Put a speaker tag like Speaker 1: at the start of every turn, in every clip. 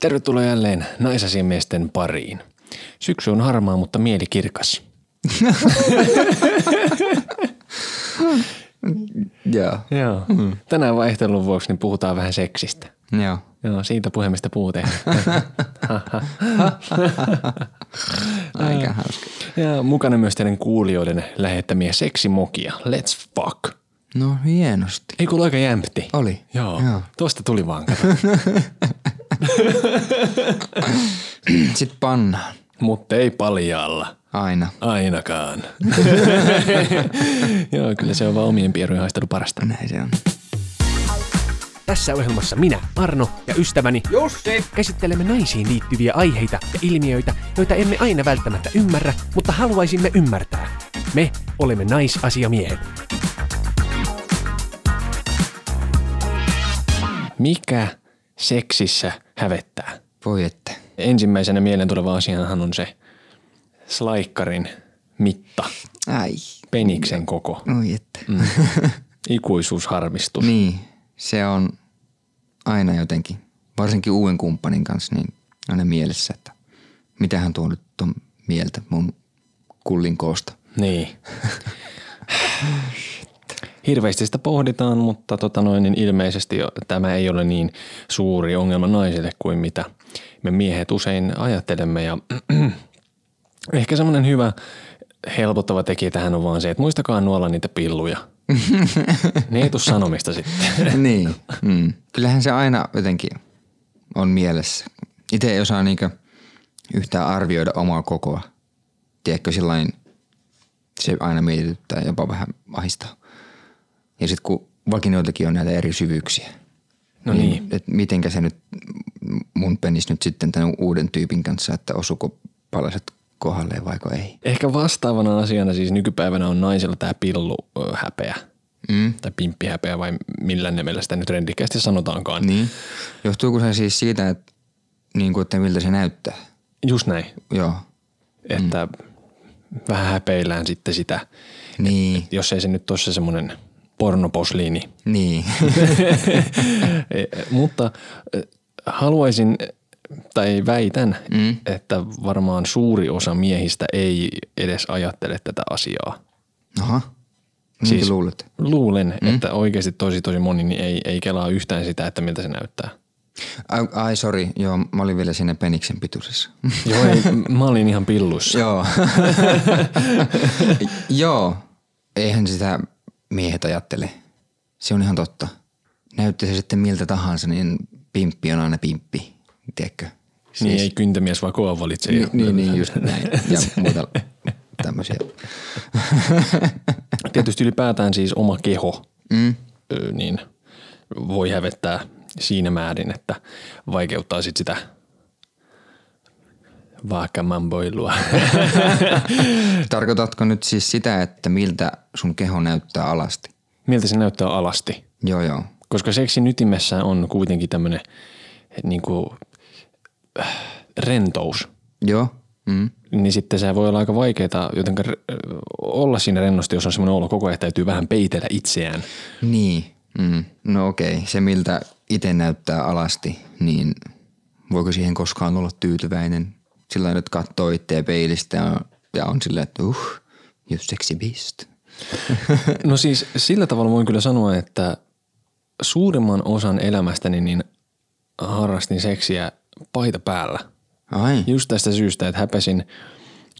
Speaker 1: Tervetuloa jälleen naisasimiesten pariin. Syksy on harmaa, mutta mieli kirkas.
Speaker 2: Joo.
Speaker 1: Joo. Mm. Tänään vaihtelun vuoksi niin puhutaan vähän seksistä.
Speaker 2: Joo.
Speaker 1: Joo, siitä puhemista puute.
Speaker 2: Aika hauska.
Speaker 1: ja mukana myös teidän kuulijoiden lähettämiä seksimokia. Let's fuck.
Speaker 2: No hienosti.
Speaker 1: Ei kuulu aika jämpti.
Speaker 2: Oli.
Speaker 1: Joo. Joo.
Speaker 2: Joo.
Speaker 1: Tuosta tuli vaan. kato.
Speaker 2: Sitten pannaan.
Speaker 1: mutta ei paljalla.
Speaker 2: Aina.
Speaker 1: Ainakaan. Joo, kyllä se on vaan omien pierujen haistelu parasta.
Speaker 2: Näin se on.
Speaker 3: Tässä ohjelmassa minä, Arno ja ystäväni Jussi käsittelemme naisiin liittyviä aiheita ja ilmiöitä, joita emme aina välttämättä ymmärrä, mutta haluaisimme ymmärtää. Me olemme naisasiamiehet.
Speaker 1: Mikä seksissä hävettää?
Speaker 2: Voi että.
Speaker 1: Ensimmäisenä mieleen tuleva asiahan on se slaikkarin mitta,
Speaker 2: Ai.
Speaker 1: peniksen koko,
Speaker 2: Oi että. Mm.
Speaker 1: ikuisuusharmistus.
Speaker 2: Niin. Se on aina jotenkin, varsinkin uuden kumppanin kanssa, niin aina mielessä, että mitähän tuo nyt on mieltä mun kullin koosta.
Speaker 1: Niin. Hirveästi sitä pohditaan, mutta tota noin, niin ilmeisesti jo tämä ei ole niin suuri ongelma naisille kuin mitä me miehet usein ajattelemme. Ja ehkä semmoinen hyvä helpottava tekijä tähän on vaan se, että muistakaa nuolla niitä pilluja. ne ei tule sanomista sitten.
Speaker 2: niin. Mm. Kyllähän se aina jotenkin on mielessä. Itse ei osaa niinkö yhtään arvioida omaa kokoa. Tiedätkö, sillain se aina mietityttää jopa vähän ahistaa. Ja sitten kun vakinoiltakin on näitä eri syvyyksiä.
Speaker 1: No niin.
Speaker 2: Et mitenkä se nyt mun penis nyt sitten tämän uuden tyypin kanssa, että osuko palaset kohdalleen vaiko ei.
Speaker 1: Ehkä vastaavana asiana siis nykypäivänä on naisilla tämä pilluhäpeä. Mm. Tai pimppihäpeä vai millä nimellä sitä nyt rendikästi sanotaankaan. Niin.
Speaker 2: Niin. Johtuuko se siis siitä, että, niin kuin, että miltä se näyttää?
Speaker 1: Just näin,
Speaker 2: Joo.
Speaker 1: että mm. vähän häpeillään sitten sitä,
Speaker 2: Niin.
Speaker 1: jos ei se nyt ole se semmoinen pornoposliini.
Speaker 2: Niin.
Speaker 1: Eh, Mutta eh, haluaisin eh, tai väitän, mm. että varmaan suuri osa miehistä ei edes ajattele tätä asiaa.
Speaker 2: Aha. Niin siis... luulet.
Speaker 1: Luulen, mm. että oikeasti tosi tosi moni niin ei, ei kelaa yhtään sitä, että miltä se näyttää.
Speaker 2: Ai, ai sori, joo, mä olin vielä siinä peniksen pituisessa.
Speaker 1: Joo, ei, m- mä olin ihan pilluissa.
Speaker 2: joo. joo. Eihän sitä miehet ajattele. Se on ihan totta. Näytti se sitten miltä tahansa, niin pimppi on aina pimppi. Tiedätkö?
Speaker 1: Siis. Niin ei kyntämies vaan kova valitse. Niin,
Speaker 2: Niin, niin just näin. Ja muuta tämmöisiä.
Speaker 1: Tietysti ylipäätään siis oma keho mm. niin voi hävettää siinä määrin, että vaikeuttaa sit sitä vaakamamboilua.
Speaker 2: Tarkoitatko nyt siis sitä, että miltä sun keho näyttää alasti?
Speaker 1: Miltä se näyttää alasti?
Speaker 2: Joo, joo.
Speaker 1: Koska seksin ytimessä on kuitenkin tämmöinen niin kuin, rentous.
Speaker 2: Joo. Mm.
Speaker 1: Niin sitten se voi olla aika vaikeaa jotenkin olla siinä rennosti, jos on semmoinen olo koko ajan, että täytyy vähän peitellä itseään.
Speaker 2: Niin. Mm. No okei, se miltä itse näyttää alasti, niin voiko siihen koskaan olla tyytyväinen? Sillä lailla, että katsoo itseä peilistä ja, ja on silleen, että uh, you sexy beast.
Speaker 1: No siis sillä tavalla voin kyllä sanoa, että suurimman osan elämästäni niin harrastin seksiä paita päällä.
Speaker 2: Ai,
Speaker 1: Just tästä syystä, että häpesin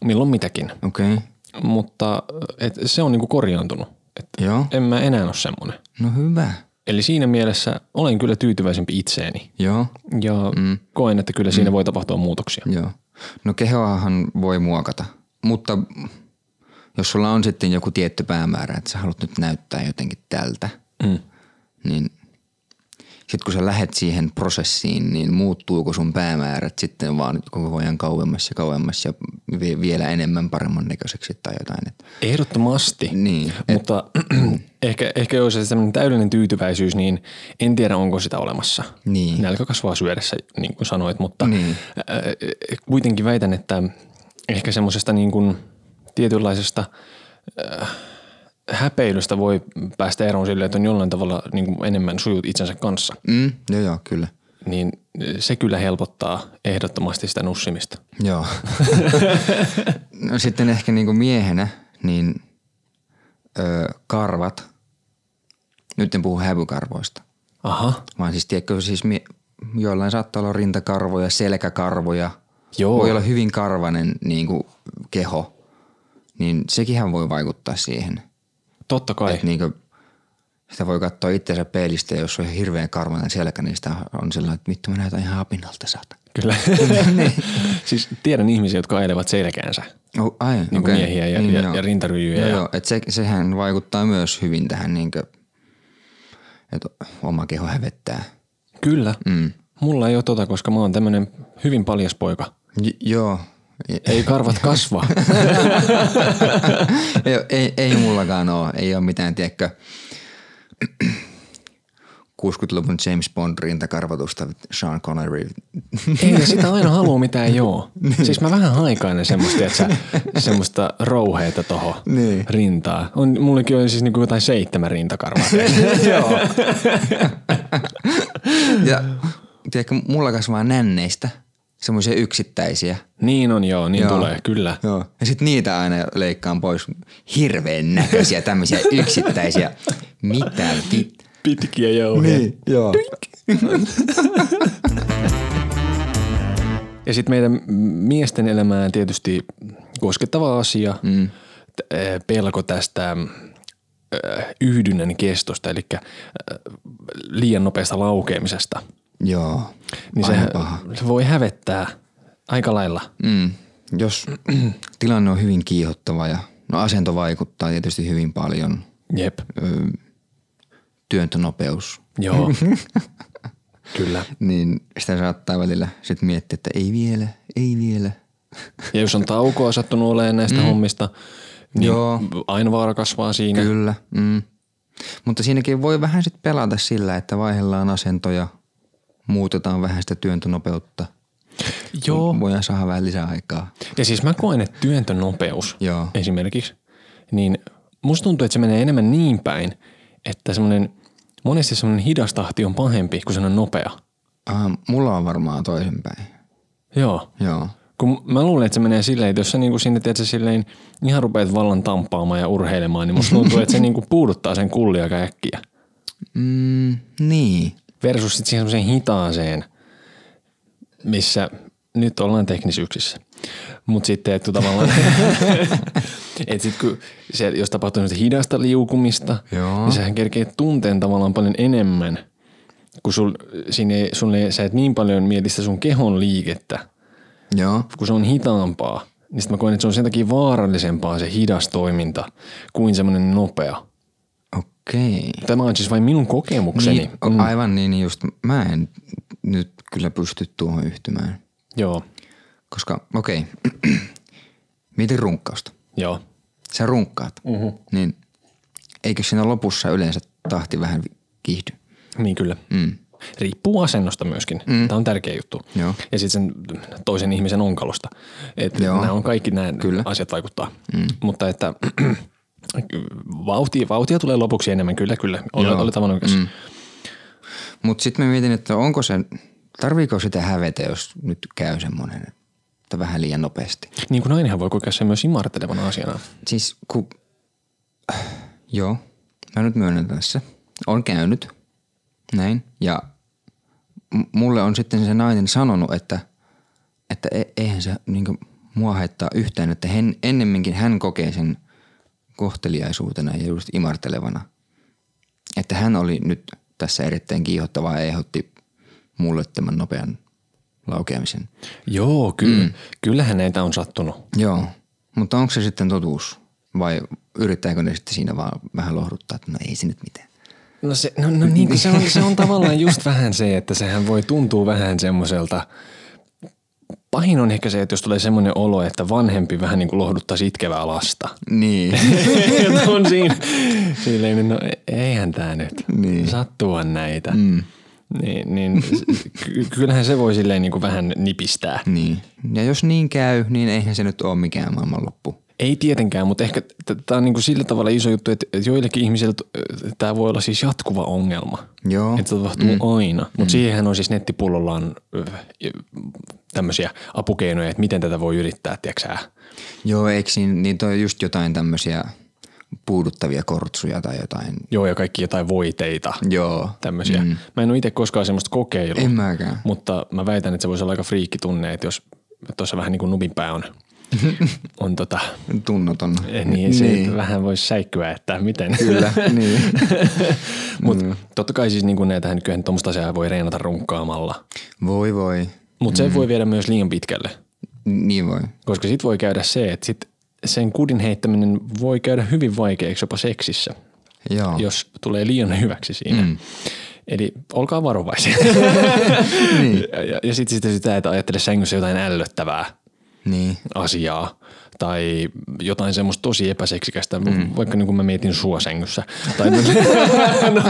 Speaker 1: milloin mitäkin.
Speaker 2: okei. Okay.
Speaker 1: Mutta et, se on niinku korjaantunut. Et
Speaker 2: Joo,
Speaker 1: en mä enää ole semmoinen.
Speaker 2: no hyvä.
Speaker 1: Eli siinä mielessä olen kyllä tyytyväisempi itseeni.
Speaker 2: Joo,
Speaker 1: Ja mm. koen, että kyllä siinä mm. voi tapahtua muutoksia.
Speaker 2: joo. No kehoahan voi muokata, mutta jos sulla on sitten joku tietty päämäärä, että sä haluat nyt näyttää jotenkin tältä,
Speaker 1: Mm.
Speaker 2: niin sitten kun sä lähet siihen prosessiin, niin muuttuuko sun päämäärät sitten vaan koko ajan kauemmas ja kauemmas ja vie- vielä enemmän paremman näköiseksi tai jotain. Et,
Speaker 1: Ehdottomasti.
Speaker 2: niin.
Speaker 1: Mutta ehkä, ehkä jos se semmoinen täydellinen tyytyväisyys, niin en tiedä onko sitä olemassa.
Speaker 2: Niin.
Speaker 1: Nälkä kasvaa syödessä, niin kuin sanoit, mutta niin. äh, kuitenkin väitän, että ehkä semmoisesta niin kuin tietynlaisesta äh, häpeilystä voi päästä eroon silleen, että on jollain tavalla niin kuin enemmän sujut itsensä kanssa.
Speaker 2: Mm, joo, joo, kyllä.
Speaker 1: niin se kyllä helpottaa ehdottomasti sitä nussimista.
Speaker 2: Joo. no sitten ehkä niinku miehenä, niin ö, karvat. Nyt en puhu hävykarvoista.
Speaker 1: Aha,
Speaker 2: Vaan siis tiedätkö, siis mie- joillain saattaa olla rintakarvoja, selkäkarvoja.
Speaker 1: Joo.
Speaker 2: Voi olla hyvin karvanen niin kuin, keho. Niin sekinhän voi vaikuttaa siihen.
Speaker 1: totta kai.
Speaker 2: Niin kuin, sitä voi katsoa itsensä peilistä ja jos on hirveän karvanen selkä, niin sitä on sellainen, että vittu mä näytän ihan apinalta saata.
Speaker 1: Kyllä. siis tiedän ihmisiä, jotka ailevat selkäänsä.
Speaker 2: Oh, ai,
Speaker 1: Niin kuin
Speaker 2: okei.
Speaker 1: miehiä ja- ja-
Speaker 2: joo.
Speaker 1: ja rintaryijyjä
Speaker 2: Joo,
Speaker 1: ja-
Speaker 2: joo. Et se, sehän vaikuttaa myös hyvin tähän, niin kuin, että oma keho hävettää.
Speaker 1: Kyllä. Mm. Mulla ei ole tota, koska mä oon tämmönen hyvin paljas poika.
Speaker 2: J- joo.
Speaker 1: Ei karvat kasva.
Speaker 2: ei, ei, ei mullakaan ole. Ei ole mitään, tiedätkö, 60-luvun James Bond rintakarvotusta Sean Connery.
Speaker 1: ei sitä aina halua mitään joo.
Speaker 2: Niin.
Speaker 1: Siis mä vähän haikainen semmoista, että semmoista rouheita toho
Speaker 2: Niin.
Speaker 1: rintaa. On, mullekin on siis niinku jotain seitsemän rintakarvaa.
Speaker 2: Joo. ja tiedätkö, mulla kasvaa nänneistä semmoisia yksittäisiä.
Speaker 1: niin on joo, niin
Speaker 2: Joo.
Speaker 1: tulee, kyllä.
Speaker 2: Joo. Ja sit niitä aina leikkaan pois. Hirveen näköisiä tämmöisiä yksittäisiä. Mitä vit?
Speaker 1: Pitkiä
Speaker 2: Niin.
Speaker 1: jouhia.
Speaker 2: joo.
Speaker 1: Ja sitten meidän miesten elämään tietysti koskettava asia, mm. pelko tästä äh, yhdynnän kestosta, eli äh, liian nopeasta laukeamisesta.
Speaker 2: Joo.
Speaker 1: Niin se,
Speaker 2: Aina paha.
Speaker 1: se voi hävettää aika lailla.
Speaker 2: Mm. Jos tilanne on hyvin kiihottava ja no asento vaikuttaa tietysti hyvin paljon.
Speaker 1: Jep,
Speaker 2: Öö, työntönopeus.
Speaker 1: joo. Kyllä.
Speaker 2: Niin sitä saattaa välillä sit miettiä, että ei vielä, ei vielä.
Speaker 1: Ja jos on taukoa sattunut olemaan näistä mm. hommista, niin
Speaker 2: Joo.
Speaker 1: Joo. aina vaara kasvaa siinä.
Speaker 2: Kyllä. Mm. Mutta siinäkin voi vähän sit pelata sillä, että vaihdellaan asentoja, muutetaan vähän sitä työntönopeutta.
Speaker 1: Joo.
Speaker 2: Voidaan saada vähän lisää aikaa.
Speaker 1: Ja siis mä koen, että työntönopeus
Speaker 2: Joo.
Speaker 1: esimerkiksi, niin musta tuntuu, että se menee enemmän niin päin, että semmoinen, monesti semmoinen hidas tahti on pahempi kuin semmoinen nopea.
Speaker 2: Ah, mulla on varmaan toisinpäin.
Speaker 1: Joo.
Speaker 2: Joo.
Speaker 1: Kun mä luulen, että se menee silleen, että jos sä niinku sinne tiedät, sä silleen ihan rupeat vallan tamppaamaan ja urheilemaan, niin musta tuntuu, että se niinku puuduttaa sen kullia aika äkkiä.
Speaker 2: Mm, niin.
Speaker 1: Versus sitten siihen semmoiseen hitaaseen, missä nyt ollaan teknisyyksissä. Mutta sitten, että tavallaan, et sit kun se, jos tapahtuu semmoista hidasta liukumista,
Speaker 2: Joo.
Speaker 1: niin sähän kerkee tunteen tavallaan paljon enemmän, kun sul, sinne, ei- sun ei, sä et niin paljon mieti sitä sun kehon liikettä,
Speaker 2: Joo.
Speaker 1: kun se on hitaampaa. Niin sitten mä koen, että se on sen takia vaarallisempaa se hidas toiminta kuin semmoinen nopea.
Speaker 2: Okei.
Speaker 1: Tämä on siis vain minun kokemukseni.
Speaker 2: Niin, mm. Aivan niin, niin just mä en nyt kyllä pysty tuohon yhtymään.
Speaker 1: Joo,
Speaker 2: Koska, okei, okay. mietin runkkausta.
Speaker 1: joo.
Speaker 2: Sä runkkaat, mm-hmm. niin eikö siinä lopussa yleensä tahti vähän vi- kiihdy?
Speaker 1: Niin kyllä. Mm. Riippuu asennosta myöskin. Mm. Tämä on tärkeä juttu.
Speaker 2: Joo.
Speaker 1: Ja sitten sen toisen ihmisen onkalosta. Että
Speaker 2: Joo.
Speaker 1: nämä on kaikki nämä
Speaker 2: Kyllä.
Speaker 1: kyllä. asiat vaikuttaa. Mm. Mutta että vauhtia, vauhtia tulee lopuksi enemmän. Kyllä, kyllä. Olet,
Speaker 2: Joo.
Speaker 1: olet tavan oikeassa. Mm.
Speaker 2: Mutta sitten mä mietin, että onko se, tarviiko sitä hävetä, jos nyt käy semmoinen, että vähän liian nopeasti.
Speaker 1: Niin kuin nainenhan voi kokea sen myös imartelevana asiana.
Speaker 2: Siis kun, joo, mä nyt myönnän tässä. On käynyt, näin, ja m- mulle on sitten se nainen sanonut, että, että e- eihän se niinku mua haittaa yhtään, että hän, ennemminkin hän kokee sen kohteliaisuutena ja just imartelevana. Että hän oli nyt tässä erittäin kiihottava ja ehdotti mulle tämän nopean laukeamisen.
Speaker 1: Joo, kyllä. Mm. Kyllähän näitä on sattunut.
Speaker 2: Joo, mutta onko se sitten totuus? Vai yrittääkö ne sitten siinä vaan vähän lohduttaa, että no ei se nyt mitään.
Speaker 1: No, se, no, no niin, kun se, on, se on tavallaan just vähän se, että sehän voi tuntua vähän semmoiselta. Pahin on ehkä se, että jos tulee semmoinen olo, että vanhempi vähän niin kuin lohduttaisi itkevää lasta.
Speaker 2: Niin.
Speaker 1: Et on siinä. Silleen, niin no eihän tämä nyt.
Speaker 2: Niin.
Speaker 1: Sattua näitä. Mm. Niin, niin s- ky- kyllähän se voi silleen niin kuin vähän nipistää.
Speaker 2: niin. Ja jos niin käy, niin eihän se nyt ole mikään maailmanloppu.
Speaker 1: Ei tietenkään, mutta ehkä tämä on niinku sillä tavalla iso juttu, että että joillekin ihmisille tämä voi olla siis jatkuva ongelma.
Speaker 2: Joo.
Speaker 1: Että se tapahtuu mm. aina. Mutta mm. siihenhän on siis nettipullollaan tämmöisiä apukeinoja, että miten tätä voi yrittää, tiedätkö
Speaker 2: Joo, eikö niin, niin toi just jotain tämmöisiä puuduttavia kortsuja tai jotain.
Speaker 1: Joo, ja kaikki jotain voiteita,
Speaker 2: Joo.
Speaker 1: tämmöisiä. Mm. Mä en ole itse koskaan semmoista kokeillut,
Speaker 2: En mäkään.
Speaker 1: mutta mä väitän, että se voisi olla aika friikki tunne, että jos tuossa vähän niin kuin nubin pää on, on tota,
Speaker 2: Tunnoton.
Speaker 1: niin se niin. vähän voisi säikkyä, että miten.
Speaker 2: Kyllä, niin.
Speaker 1: Mutta mm. totta kai siis niin kuin näitähän kyllähän tuommoista asiaa voi reenata runkkaamalla.
Speaker 2: Voi voi.
Speaker 1: Mutta mm. se voi viedä myös liian pitkälle,
Speaker 2: Niin voi.
Speaker 1: koska sit voi käydä se, että sit sen kudin heittäminen voi käydä hyvin vaikeaksi jopa seksissä,
Speaker 2: Joo.
Speaker 1: oh. jos tulee liian hyväksi siinä. Mm. Eli olkaa varovaisia. niin. Ja, ja, ja sitten sitä, sitä, että ajattele sängyssä jotain ällöttävää
Speaker 2: Niin.
Speaker 1: asiaa tai jotain semmoista tosi epäseksikästä, mm. vaikka niin kuin mä mietin sua sängyssä. Tai no,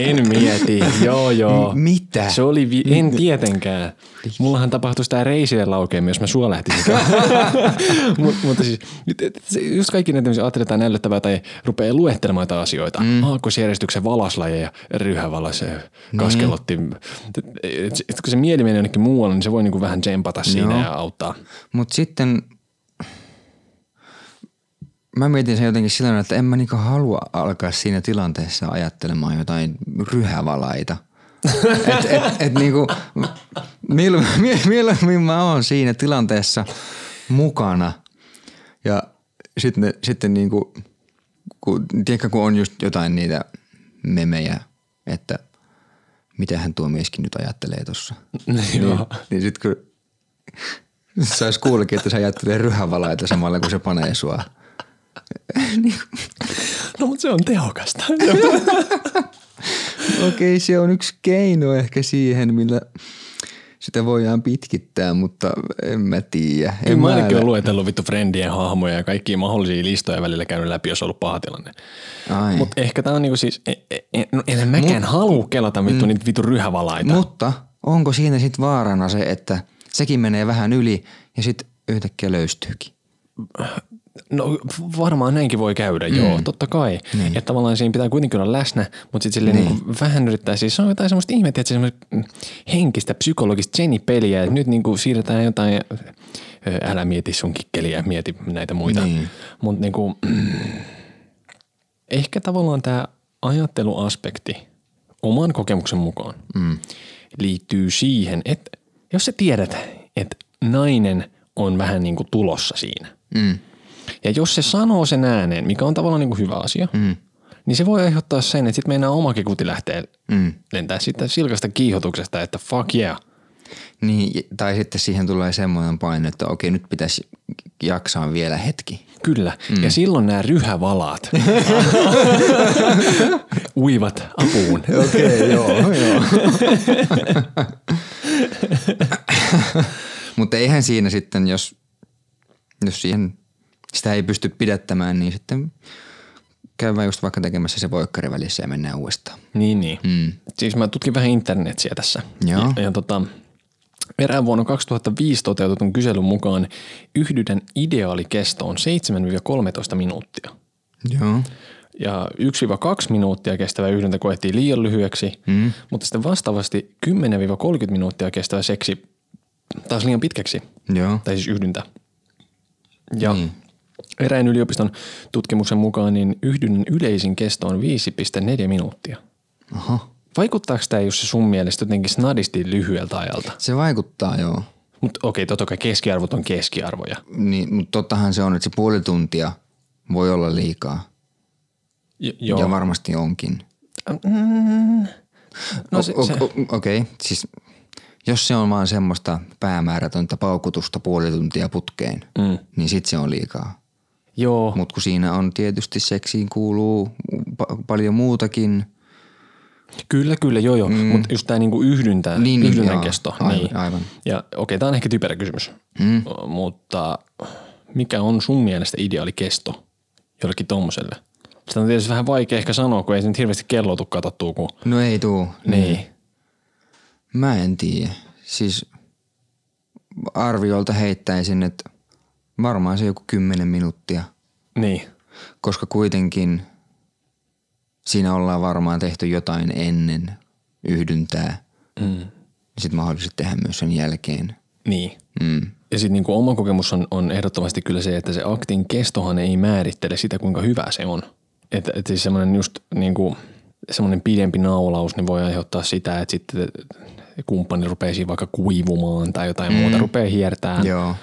Speaker 1: en mieti, joo joo.
Speaker 2: M- mitä?
Speaker 1: Se oli, vi- en tietenkään. Mullahan tapahtui tämä reisille laukeaminen, jos mä sua lähtisin. Mut, mutta siis nyt- et- se- just kaikki näitä tämmöisiä ajatteletaan näyttävää tai rupeaa luettelemaan jotain asioita. Mm. Aakkosjärjestyksen valaslajeja, ryhävalas, kaskelotti. Mm. Et, et, kun se mieli menee jonnekin muualle, niin se voi niinku vähän tsempata siinä ja auttaa.
Speaker 2: Mutta sitten mä mietin sen jotenkin sillä tavalla, että en mä niinku halua alkaa siinä tilanteessa ajattelemaan jotain ryhävalaita. et, et, et niinku, miel, miel, mieluummin mä oon siinä tilanteessa mukana. Ja sitten, sitten niinku, kun, tiedätkö, kun on just jotain niitä memejä, että mitähän tuo mieskin nyt ajattelee tuossa.
Speaker 1: Joo.
Speaker 2: Niin sit kun sais kuullakin, että sä ajattelee ryhävalaita samalla kun se panee sua.
Speaker 1: No mutta se on tehokasta.
Speaker 2: Okei, se on yksi keino ehkä siihen, millä sitä voidaan pitkittää, mutta en mä tiedä. En
Speaker 1: Kyllä mä Niin ainakin
Speaker 2: ole.
Speaker 1: olen luetellut vittu friendien hahmoja ja kaikkia mahdollisia listoja välillä käynyt läpi, jos on ollut paha tilanne.
Speaker 2: Ai.
Speaker 1: Mutta ehkä tämä on niinku siis, en, en, no en mäkään halua kelata vittu niitä vittu ryhävalaita.
Speaker 2: Mutta onko siinä sit vaarana se, että sekin menee vähän yli ja sit yhtäkkiä löystyykin?
Speaker 1: No varmaan näinkin voi käydä, mm. joo, totta kai. Niin. Että tavallaan siinä pitää kuitenkin olla läsnä, mutta sitten silleen niin. niin vähän yrittää, siis se on jotain semmoista ihmettä, että semmoista mm, henkistä, psykologista Jenny-peliä, että nyt niin kuin siirretään jotain, ö, älä mieti sun kikkeliä, mieti näitä muita. Niin. Mutta niin kuin, ehkä tavallaan tämä ajatteluaspekti oman kokemuksen mukaan mm. liittyy siihen, että jos sä tiedät, että nainen on vähän niin kuin tulossa siinä. Mm. Ja jos se sanoo sen ääneen, mikä on tavallaan niin kuin hyvä asia, mm. niin se voi aiheuttaa sen, että sitten meinaa omakin kuti lähtee mm. lentää siitä silkasta kiihotuksesta, että fuck yeah.
Speaker 2: Niin, ja- tai sitten siihen tulee semmoinen paine, että okei, nyt pitäisi jaksaa vielä hetki.
Speaker 1: Kyllä. Mm. Ja silloin nämä ryhävalaat uivat apuun.
Speaker 2: Okei, joo, joo. Mutta eihän siinä sitten, jos, jos siihen sitä ei pysty pidättämään, niin sitten käydään just vaikka tekemässä se voikkari välissä ja mennään uudestaan.
Speaker 1: Niin, niin. Mm. Siis mä tutkin vähän internetsiä tässä.
Speaker 2: Joo.
Speaker 1: Ja, ja tota, erään vuonna 2005 toteutetun kyselyn mukaan yhdyden ideaalikesto on 7-13 minuuttia.
Speaker 2: Joo.
Speaker 1: Ja 1-2 minuuttia kestävä yhdyntä koettiin liian lyhyeksi, mm. mutta sitten vastaavasti 10-30 minuuttia kestävä seksi taas liian pitkäksi
Speaker 2: Joo.
Speaker 1: tai siis yhdyntä. Ja mm. erään yliopiston tutkimuksen mukaan niin yhdynnän yleisin kesto on 5,4 minuuttia.
Speaker 2: Aha.
Speaker 1: Vaikuttaako tämä, jos se sun mielestä jotenkin snadisti lyhyeltä ajalta?
Speaker 2: Se vaikuttaa joo.
Speaker 1: Mutta okei, totta kai keskiarvot on keskiarvoja.
Speaker 2: Niin, mutta tottahan se on, että se puoli tuntia voi olla liikaa.
Speaker 1: J-
Speaker 2: Joo. Ja varmasti onkin.
Speaker 1: no
Speaker 2: No
Speaker 1: se,
Speaker 2: o-
Speaker 1: se,
Speaker 2: o- o- Okei, okay. siis jos se on vaan semmoista päämäärätöntä paukutusta puoli tuntia putkeen, mm. niin sit se on liikaa.
Speaker 1: joo,
Speaker 2: Mutta kun siinä on tietysti seksiin kuuluu pa- paljon muutakin.
Speaker 1: Kyllä, kyllä, joo, joo. Mm. Mutta just tämä niinku yhdyntä,
Speaker 2: Niin,
Speaker 1: niin,
Speaker 2: niin,
Speaker 1: yhdynnän
Speaker 2: joo.
Speaker 1: kesto.
Speaker 2: Aivan,
Speaker 1: niin.
Speaker 2: aivan.
Speaker 1: Ja okei, tämä on ehkä typerä kysymys, mm. mutta mikä on sun mielestä ideaali kesto jollekin tommoselle? Sitä on tietysti vähän vaikea ehkä sanoa, kun ei se nyt hirveästi kello tuu katsottua, kun
Speaker 2: No ei tuu.
Speaker 1: niin.
Speaker 2: Mä en tiedä. Siis arviolta heittäisin, että Varmaan se joku 10 minuuttia,
Speaker 1: Niin.
Speaker 2: koska kuitenkin siinä ollaan varmaan tehty jotain ennen yhdyntää. Mm. Sitten mahdollisesti tehdä myös sen jälkeen.
Speaker 1: Niin.
Speaker 2: Mm.
Speaker 1: Ja sitten niinku oma kokemus on, on ehdottomasti kyllä se, että se aktin kestohan ei määrittele sitä, kuinka hyvä se on. Että et siis semmoinen just niinku, semmoinen pidempi naulaus niin voi aiheuttaa sitä, että sitten kumppani rupeaa siinä vaikka kuivumaan tai jotain mm. muuta, rupeaa hiertämään.
Speaker 2: Joo.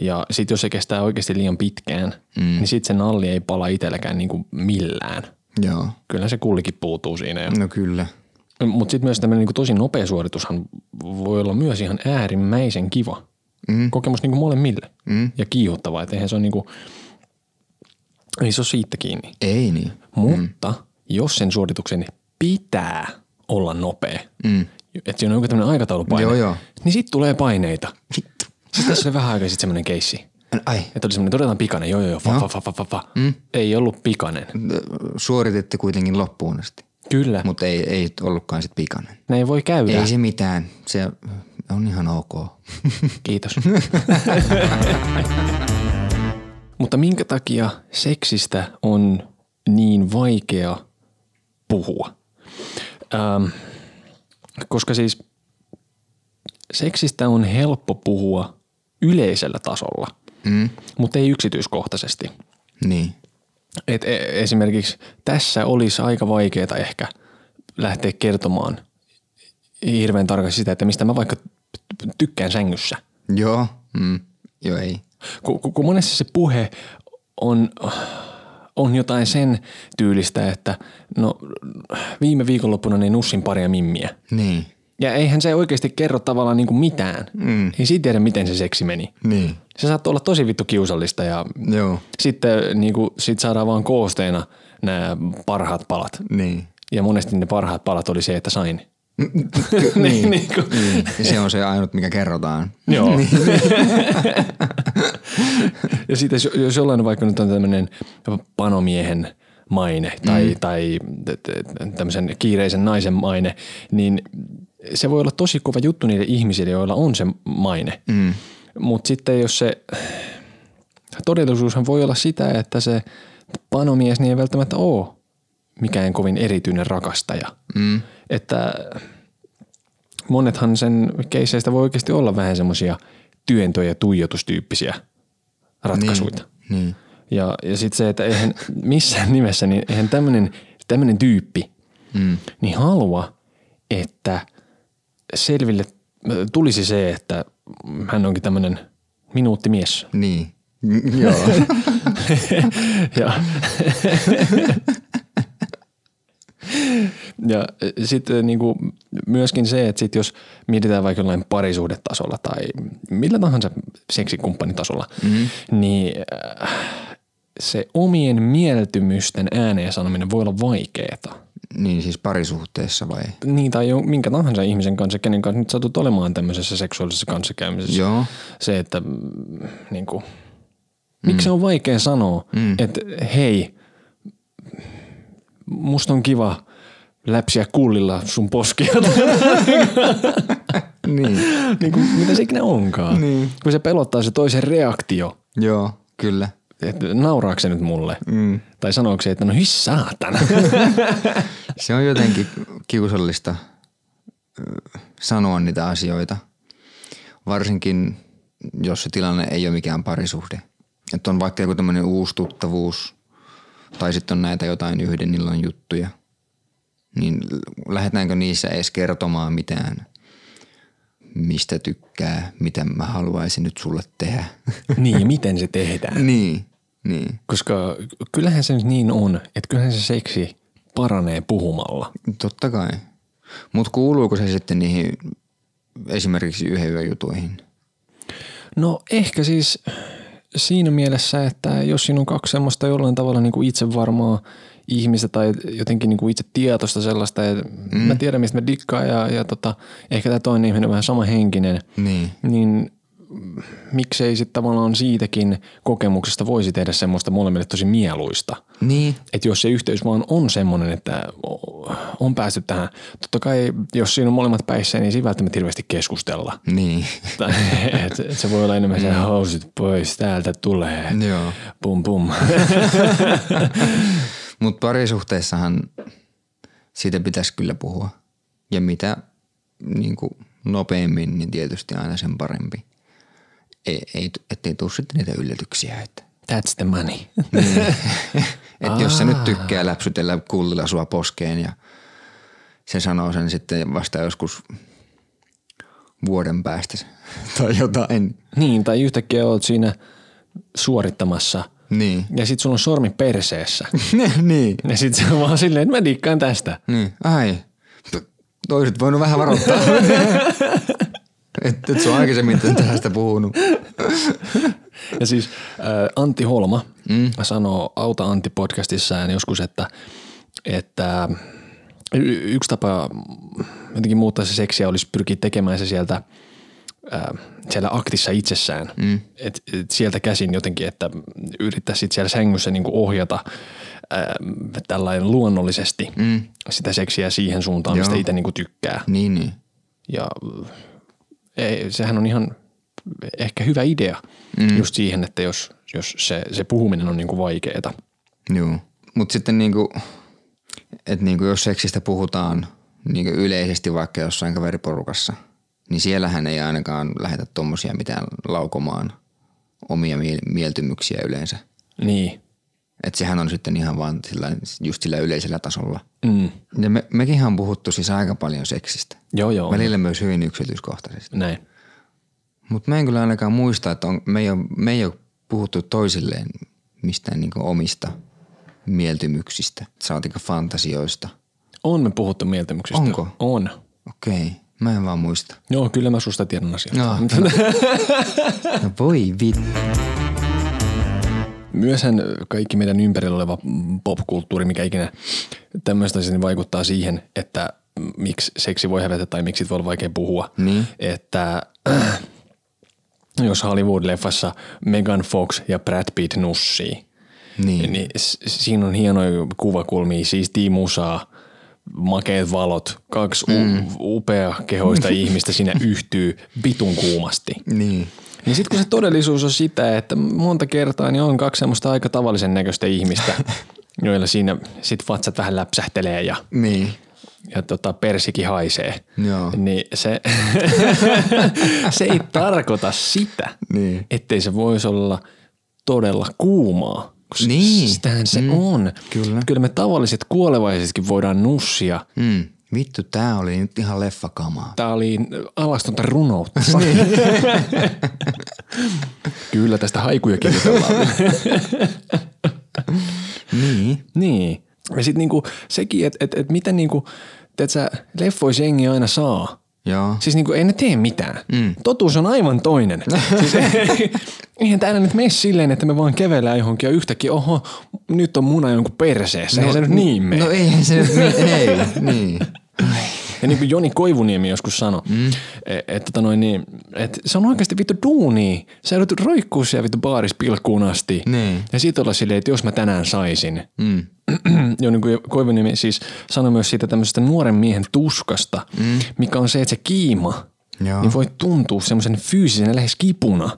Speaker 1: Ja sitten jos se kestää oikeasti liian pitkään, mm. niin sitten se nalli ei pala itselläkään niinku millään.
Speaker 2: Joo.
Speaker 1: Kyllä se kullikin puutuu siinä. Ja
Speaker 2: No kyllä.
Speaker 1: mutta sitten myös tämmöinen niinku tosi nopea suoritushan voi olla myös ihan äärimmäisen kiva. Mm. Kokemus niinku molemmille mm. ja kiihottava. Et eihän se on niinku, ei se ole siitä kiinni.
Speaker 2: Ei niin.
Speaker 1: Mutta jos sen suorituksen pitää olla nopea, mm. että siinä on joku tämmöinen aikataulupaine,
Speaker 2: Joo, joo.
Speaker 1: niin sitten tulee paineita. Sitten tässä oli vähän aikaa sitten semmoinen keissi.
Speaker 2: Ai,
Speaker 1: Että oli semmoinen todella pikainen, joo joo joo, fa, fa, fa, fa, fa, fa. Mm. Ei ollut pikainen.
Speaker 2: suorititte kuitenkin loppuun asti,
Speaker 1: Kyllä, Mut.
Speaker 2: mutta ei, ei ollutkaan sit pikainen.
Speaker 1: näin voi käydä.
Speaker 2: Ei se mitään, se on ihan ok.
Speaker 1: Kiitos. Mutta minkä takia seksistä on niin vaikea puhua? Ähm, koska siis seksistä on helppo puhua yleisellä tasolla, mm. mutta ei yksityiskohtaisesti.
Speaker 2: Niin,
Speaker 1: Et e- esimerkiksi tässä olisi aika vaikeaa ehkä lähteä kertomaan hirveän tarkasti sitä, että mistä mä vaikka tykkään sängyssä.
Speaker 2: joo, mm. joo ei.
Speaker 1: Kun, kun, kun monessa se puhe on, on jotain sen tyylistä, että no viime viikonloppuna niin nussin paria mimmiä.
Speaker 2: Niin,
Speaker 1: Ja eihän se oikeasti kerro tavallaan niin kuin mitään. Mm. Ei siitä tiedä, miten se seksi meni.
Speaker 2: niin,
Speaker 1: Se saattoi olla tosi vittu kiusallista ja
Speaker 2: joo,
Speaker 1: sitten niin kuin, sit saadaan vaan koosteena nämä parhaat palat.
Speaker 2: niin.
Speaker 1: Ja monesti ne parhaat palat oli se, että sain.
Speaker 2: niin,
Speaker 1: niin kuin-
Speaker 2: niin. Se on se ainut, mikä kerrotaan.
Speaker 1: Joo. ja sitten jos, jos jollain vaikka nyt on tämmöinen panomiehen maine tai, mm. tai t- t- tämmöisen kiireisen naisen maine, niin se voi olla tosi kova juttu niille ihmisille, joilla on se maine. Mm. Mutta sitten jos se todellisuushan voi olla sitä, että se panomies niin ei välttämättä ole mikään kovin erityinen rakastaja. Mm. Että monethan sen keisseistä voi oikeasti olla vähän semmoisia työntö- ja tuijotustyyppisiä ratkaisuja.
Speaker 2: Niin, niin.
Speaker 1: Ja, ja sitten se, että eihän missään nimessä, niin eihän tämmöinen tämmönen tyyppi mm. niin halua, että selville tulisi se, että hän onkin tämmöinen minuuttimies.
Speaker 2: Niin, Mm, joo,
Speaker 1: ja ja sitten niin kuin myöskin se, että sit jos mietitään vaikka jollain parisuhdetasolla tai millä tahansa seksikumppanitasolla, mm-hmm. niin äh, se omien mieltymysten ääneen sanominen voi olla vaikeaa.
Speaker 2: niin siis parisuhteessa vai?
Speaker 1: Niin tai jo, minkä tahansa ihmisen kanssa, kenen kanssa nyt satut olemaan tämmöisessä seksuaalisessa kanssakäymisessä.
Speaker 2: Joo.
Speaker 1: Se, että mm, niin kuin, miksi se on vaikea sanoa, mm. että hei, musta on kiva läpsiä kullilla sun poskia.
Speaker 2: Niin,
Speaker 1: niin kuin, mitä se ikinä onkaan. Niin. Kun se pelottaa se toisen reaktio,
Speaker 2: joo, kyllä.
Speaker 1: että nauraako se nyt mulle? Mm. Tai sanooko se, että no his saatana.
Speaker 2: Se on jotenkin kiusallista ö, sanoa niitä asioita, varsinkin jos se tilanne ei ole mikään parisuhde. Että on vaikka joku tämmöinen uusi tuttavuus tai sitten on näitä jotain yhden illan juttuja, niin l- lähdetäänkö niissä edes kertomaan mitään, mistä tykkää, mitä mä haluaisin nyt sulle tehdä.
Speaker 1: niin, miten se tehdään?
Speaker 2: niin, niin,
Speaker 1: Koska kyllähän se nyt niin on, että kyllähän se seksi paranee puhumalla.
Speaker 2: totta kai. Mutta kuuluuko se sitten niihin esimerkiksi yhden yön jutuihin?
Speaker 1: No ehkä siis siinä mielessä, että jos siinä on kaksi semmoista jollain tavalla niin kuin itsevarmaa ihmistä tai jotenkin niin kuin itse tietoista sellaista, että mm. mä tiedän mistä mä dikkaan ja, ja tota, ehkä tämä toinen ihminen on vähän sama henkinen,
Speaker 2: Niin.
Speaker 1: niin miksei sitten tavallaan siitäkin kokemuksesta voisi tehdä semmoista molemmille tosi mieluista.
Speaker 2: Niin.
Speaker 1: Että jos se yhteys vaan on semmoinen, että on päästy tähän, totta kai jos siinä on molemmat päissä, niin siinä ei välttämättä hirveästi keskustella.
Speaker 2: Niin.
Speaker 1: Tai et, et se voi olla enemmän se housut pois, täältä tulee,
Speaker 2: Joo.
Speaker 1: pum pum.
Speaker 2: Mutta parisuhteessahan siitä pitäisi kyllä puhua. Ja mitä niin kuin nopeammin, niin tietysti aina sen parempi. Ei, ei, ettei tule sitten niitä yllätyksiä. Että
Speaker 1: That's the money.
Speaker 2: et jos se nyt tykkää läpsytellä kullilla sua poskeen ja se sanoo sen sitten vasta joskus vuoden päästä tai jotain.
Speaker 1: Niin, tai yhtäkkiä oot siinä suorittamassa
Speaker 2: Niin.
Speaker 1: ja sit sulla on sormi perseessä.
Speaker 2: niin.
Speaker 1: Ja sit se on vaan silleen, että mä dikkaan tästä.
Speaker 2: Niin, ai. Toiset voinut vähän varoittaa. et, et sä oo aikaisemmin tästä puhunut.
Speaker 1: Ja siis äh, Antti Holma mm. sanoo Auta Antti podcastissaan joskus, että, että y- yksi tapa jotenkin muuttaa se seksiä olisi pyrkiä tekemään se sieltä äh, siellä aktissa itsessään. Mm. Et, et sieltä käsin jotenkin, että yrittää sit siellä sängyssä niinku ohjata äh, tällainen luonnollisesti mm. sitä seksiä siihen suuntaan, Joo. mistä itse niinku tykkää.
Speaker 2: Niin, niin.
Speaker 1: Ja äh, ei, sehän on ihan ehkä hyvä idea mm. just siihen, että jos, jos se, se puhuminen on niinku vaikeeta.
Speaker 2: Joo. Mut sitten niinku, et niinku jos seksistä puhutaan niinku yleisesti vaikka jossain kaveriporukassa, niin siellähän ei ainakaan lähetä tommosia mitään laukomaan omia miel- mieltymyksiä yleensä.
Speaker 1: Niin.
Speaker 2: Et sehän on sitten ihan vaan sillä, just sillä yleisellä tasolla.
Speaker 1: Mm.
Speaker 2: Ja me, mekinhän on puhuttu siis aika paljon seksistä.
Speaker 1: Joo, joo.
Speaker 2: Välillä myös hyvin yksityiskohtaisesti.
Speaker 1: Näin.
Speaker 2: Mutta mä en kyllä ainakaan muista, että on, me, ei ole, me ei ole puhuttu toisilleen mistään niin omista mieltymyksistä, saatika fantasioista.
Speaker 1: On me puhuttu mieltymyksistä.
Speaker 2: Onko?
Speaker 1: On.
Speaker 2: Okei, mä en vaan muista.
Speaker 1: Joo, kyllä mä susta tiedän asioita.
Speaker 2: No, no. no voi vittu.
Speaker 1: Myöshän kaikki meidän ympärillä oleva popkulttuuri, mikä ikinä tämmöistä niin vaikuttaa siihen, että miksi seksi voi hävetä tai miksi siitä voi olla vaikea puhua.
Speaker 2: Niin.
Speaker 1: Että äh, jos Hollywood-leffassa Megan Fox ja Brad Pitt nussii,
Speaker 2: Niin.
Speaker 1: niin, niin s- siinä on hienoja kuvakulmia, siistiä musaa, makeet valot, kaksi mm. u- upea kehoista ihmistä siinä yhtyy vitun kuumasti.
Speaker 2: Niin.
Speaker 1: Niin sitten kun se todellisuus on sitä, että monta kertaa niin on kaksi semmoista aika tavallisen näköistä ihmistä, joilla siinä sit vatsat vähän läpsähtelee ja,
Speaker 2: Niin.
Speaker 1: ja tota persikin haisee.
Speaker 2: Joo.
Speaker 1: Niin se, se ei tarkoita sitä,
Speaker 2: Niin.
Speaker 1: ettei se voisi olla todella kuumaa. koska
Speaker 2: Niin.
Speaker 1: Sitähän se mm. on.
Speaker 2: Kyllä.
Speaker 1: Kyllä me tavalliset kuolevaisetkin voidaan nussia.
Speaker 2: Mm. Vittu, tää oli nyt ihan leffakamaa.
Speaker 1: Tämä oli alastonta runoutta.
Speaker 2: Niin.
Speaker 1: Kyllä tästä haikuja kirjoitellaan.
Speaker 2: Niin.
Speaker 1: niin. Ja sitten niinku sekin, että et, et miten niinku, teet sä, leffois jengi aina saa.
Speaker 2: Joo.
Speaker 1: Siis niinku ei ne tee mitään. Mm. Totuus on aivan toinen. siis, eihän täällä nyt mene silleen, että me vaan kävellään johonkin ja yhtäkkiä, oho, nyt on muna jonkun perseessä. No, eihän se nyt niin mene.
Speaker 2: No eihän se nyt niin, ei. Niin.
Speaker 1: Ja niin kuin Joni Koivuniemi joskus sanoi, mm. että tota noin niin, et se on oikeasti vittu duuni. Sä joudut roikkuu siellä vittu baaris pilkkuun asti.
Speaker 2: Niin.
Speaker 1: Ja sit olla silleen, että jos mä tänään saisin. Mm. Joni Ko- Koivuniemi siis sanoi myös siitä tämmöisestä nuoren miehen tuskasta, mm. mikä on se, että se kiima
Speaker 2: Joo.
Speaker 1: niin voi tuntua semmoisen fyysisen lähes kipuna.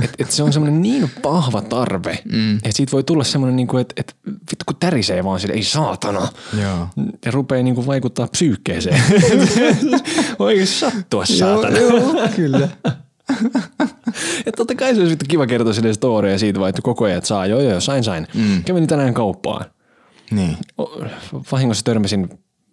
Speaker 1: Et, et se on semmoinen niin vahva tarve, mm. että siitä voi tulla semmoinen, niinku, että et, vittu kun tärisee vaan sille, ei saatana
Speaker 2: Joo.
Speaker 1: ja rupeaa niinku vaikuttaa psyykkeeseen. Oikein sattua saatana.
Speaker 2: joo, kyllä.
Speaker 1: Ja totta kai se olisi vittu kiva kertoa sille storia siitä vaan, että koko ajan että saa, joo joo, sain sain. Mm. Kävin tänään kauppaan.
Speaker 2: Niin.
Speaker 1: O- Vahingossa törmäsin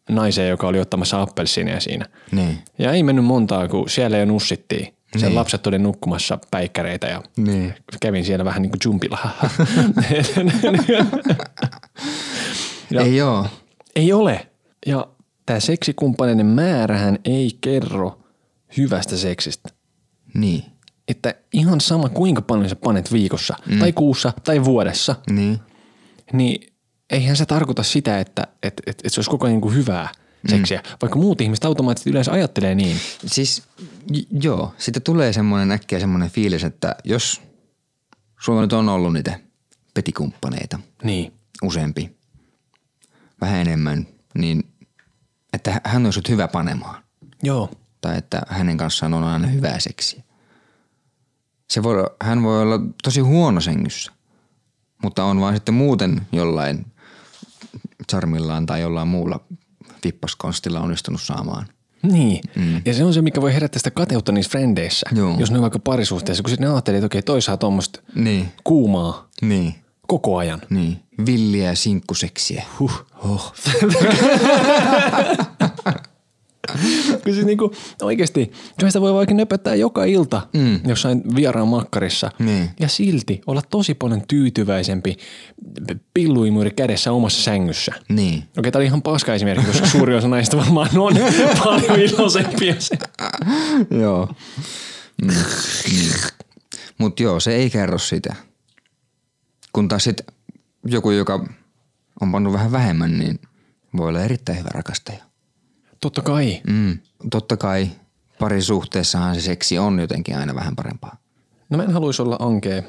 Speaker 1: naiseen, joka oli ottamassa appelsiinia siinä.
Speaker 2: Niin.
Speaker 1: Ja ei mennyt montaa, kun siellä jo nussittiin. Sen
Speaker 2: Niin.
Speaker 1: lapset oli nukkumassa päikkäreitä ja
Speaker 2: Niin.
Speaker 1: kävin siellä vähän niin kuin jumpilla.
Speaker 2: Ja. Ei joo.
Speaker 1: Ei ole. Ja tämä seksikumppaneiden määrähän ei kerro hyvästä seksistä.
Speaker 2: Niin.
Speaker 1: Että ihan sama kuinka paljon sä panet viikossa mm. tai kuussa tai vuodessa,
Speaker 2: Niin.
Speaker 1: niin eihän se tarkoita sitä, että et, et, et se olisi koko ajan niin kuin hyvää. seksiä, mm. vaikka muut ihmiset automaattisesti yleensä ajattelee niin.
Speaker 2: Siis j- joo, siitä tulee semmoinen äkkiä semmoinen fiilis, että jos sulla nyt on ollut niitä petikumppaneita
Speaker 1: Niin.
Speaker 2: useampi, vähän enemmän, niin että hän on sut hyvä panemaan.
Speaker 1: Joo.
Speaker 2: Tai että hänen kanssaan on aina hyvää seksiä. Se voi, hän voi olla tosi huono sängyssä, mutta on vaan sitten muuten jollain charmillaan tai jollain muulla vippaskonstilla onnistunut saamaan.
Speaker 1: Niin. Mm. Ja se on se, mikä voi herättää sitä kateutta niissä frendeissä,
Speaker 2: Joo.
Speaker 1: jos ne on vaikka parisuhteessa, kun sitten ne ajattelee, että okei, toi saa tuommoista
Speaker 2: Niin,
Speaker 1: kuumaa
Speaker 2: niin,
Speaker 1: koko ajan.
Speaker 2: niin. Villiä sinkkuseksiä.
Speaker 1: Huh. Oh. Kun siis niinku, oikeasti, kyllä sitä voi vaikka nöpöttää joka ilta mm. jossain vieraan makkarissa.
Speaker 2: Niin.
Speaker 1: Ja silti olla tosi paljon tyytyväisempi pilluimuri kädessä omassa sängyssä.
Speaker 2: Niin.
Speaker 1: Okei, tää oli ihan paska esimerkki, koska suuri osa näistä varmaan on paljon iloisempia. se-
Speaker 2: Joo. Mm. Niin. Mutta joo, se ei kerro sitä. Kun taas sit joku, joka on pannut vähän vähemmän, niin voi olla erittäin hyvä rakastaja.
Speaker 1: Totta kai.
Speaker 2: Mm. Totta kai parisuhteessahan se seksi on jotenkin aina vähän parempaa.
Speaker 1: No mä en haluaisi olla ankea.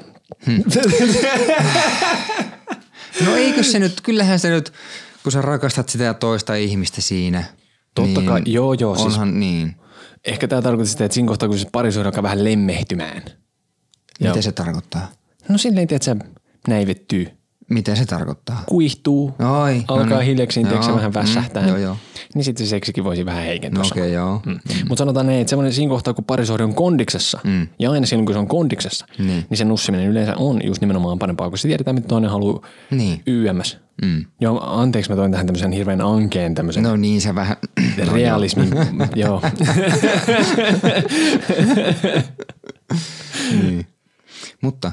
Speaker 2: No eikö se nyt, kyllähän se nyt, kun sä rakastat sitä toista ihmistä siinä.
Speaker 1: Totta
Speaker 2: niin
Speaker 1: kai, joo, joo, siis-
Speaker 2: Onhan siis... niin.
Speaker 1: Ehkä tämä tarkoitti sitä, että siinä kohtaa, kun se parisuhde alkaa vähän lemmehtymään.
Speaker 2: Mitä se tarkoittaa?
Speaker 1: No silleen, tiedät sä, näivettyy,
Speaker 2: Mitä se tarkoittaa?
Speaker 1: kuihtuu,
Speaker 2: Ai, no
Speaker 1: alkaa
Speaker 2: niin.
Speaker 1: hiljaksiin, tiedätkö sä,
Speaker 2: Joo,
Speaker 1: vähän
Speaker 2: mm,
Speaker 1: väsähtää.
Speaker 2: joo, joo.
Speaker 1: Niin sitten se seksikin voisi vähän heikentyä.
Speaker 2: No
Speaker 1: samalla.
Speaker 2: okei, okay, joo. Mm.
Speaker 1: Mutta sanotaan näin, että semmoinen siinä kohtaa, kun parisuhde on kondiksessa, mm. ja aina silloin, kun se on kondiksessa, niin. niin se nussiminen yleensä on just nimenomaan parempaa, kun se tiedetään, mitä toinen haluaa
Speaker 2: Niin.
Speaker 1: YMS. Mm. Joo, anteeksi, mä toin tähän tämmöisen hirveän ankeen tämmöisen no.
Speaker 2: No niin, se vähän...
Speaker 1: realismin. joo.
Speaker 2: niin. Mutta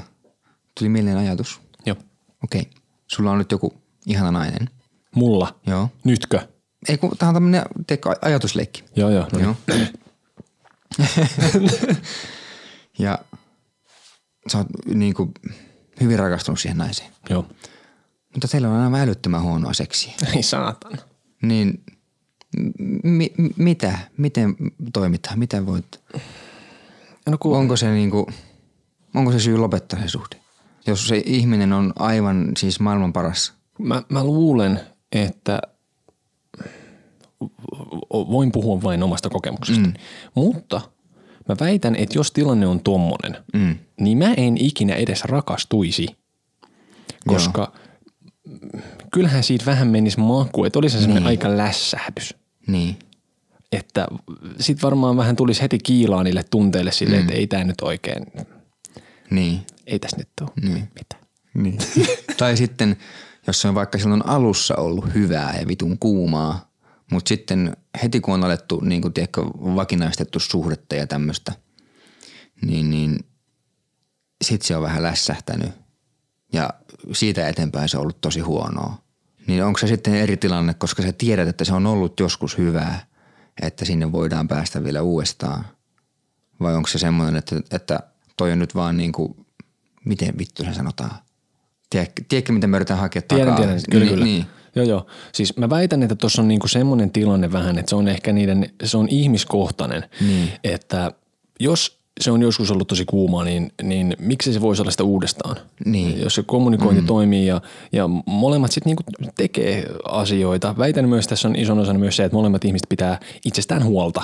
Speaker 2: tuli mieleen ajatus.
Speaker 1: joo.
Speaker 2: Okei, sulla on nyt joku ihana nainen.
Speaker 1: Mulla.
Speaker 2: Joo.
Speaker 1: Nytkö?
Speaker 2: Ei kun, tää on tämmönen teikö, aj- ajatusleikki.
Speaker 1: Joo, joo. No.
Speaker 2: Joo. ja sä oot niinku hyvin rakastunut siihen naiseen.
Speaker 1: joo.
Speaker 2: Mutta teillä on aina älyttömän huonoa seksiä.
Speaker 1: Ei saatana.
Speaker 2: Niin m- mi- mitä? Miten toimitaan? Miten voit?
Speaker 1: No kun,
Speaker 2: Onko se niinku, onko se syy lopettaa se suhde? Jos se ihminen on aivan siis maailman paras.
Speaker 1: mä, mä luulen, että o- voin puhua vain omasta kokemuksesta. Mm. Mutta mä väitän, että jos tilanne on tommonen, mm. niin mä en ikinä edes rakastuisi. Koska kyllähän siitä vähän menisi maku, että olisi semmoinen aika lässähdys.
Speaker 2: Niin.
Speaker 1: Että sit varmaan vähän tulisi heti kiilaa niille tunteille silleen, mm. että ei tämä nyt oikein,
Speaker 2: Niin.
Speaker 1: ei tässä nyt ole mm. mitään.
Speaker 2: Niin. tai sitten, jos se on vaikka silloin alussa ollut hyvää ja vitun kuumaa, mutta sitten heti kun on alettu, niin kuin tiedätkö, vakinaistettu suhdetta ja tämmöistä, niin, niin sitten se on vähän lässähtänyt ja siitä eteenpäin se on ollut tosi huonoa. Niin onko se sitten eri tilanne, koska sä tiedät, että se on ollut joskus hyvää, että sinne voidaan päästä vielä uudestaan? Vai onko se semmoinen, että, että toi on nyt vaan niin kuin, miten vittu se sanotaan? Tiedätkö, tiedätkö mitä me yritetään hakea
Speaker 1: Tiedän,
Speaker 2: takaa?
Speaker 1: tiedän. Kyllä,
Speaker 2: niin,
Speaker 1: kyllä.
Speaker 2: Niin.
Speaker 1: Joo, joo. Siis mä väitän, että tuossa on niinku semmoinen tilanne vähän, että se on ehkä niiden, se on ihmiskohtainen. Niin. Että jos se on joskus ollut tosi kuuma, niin, niin miksi se voisi olla sitä uudestaan?
Speaker 2: Niin.
Speaker 1: Jos se kommunikointi mm. toimii ja, ja molemmat sitten niinku tekee asioita. Väitän myös, tässä on ison osan myös se, että molemmat ihmiset pitää itsestään huolta.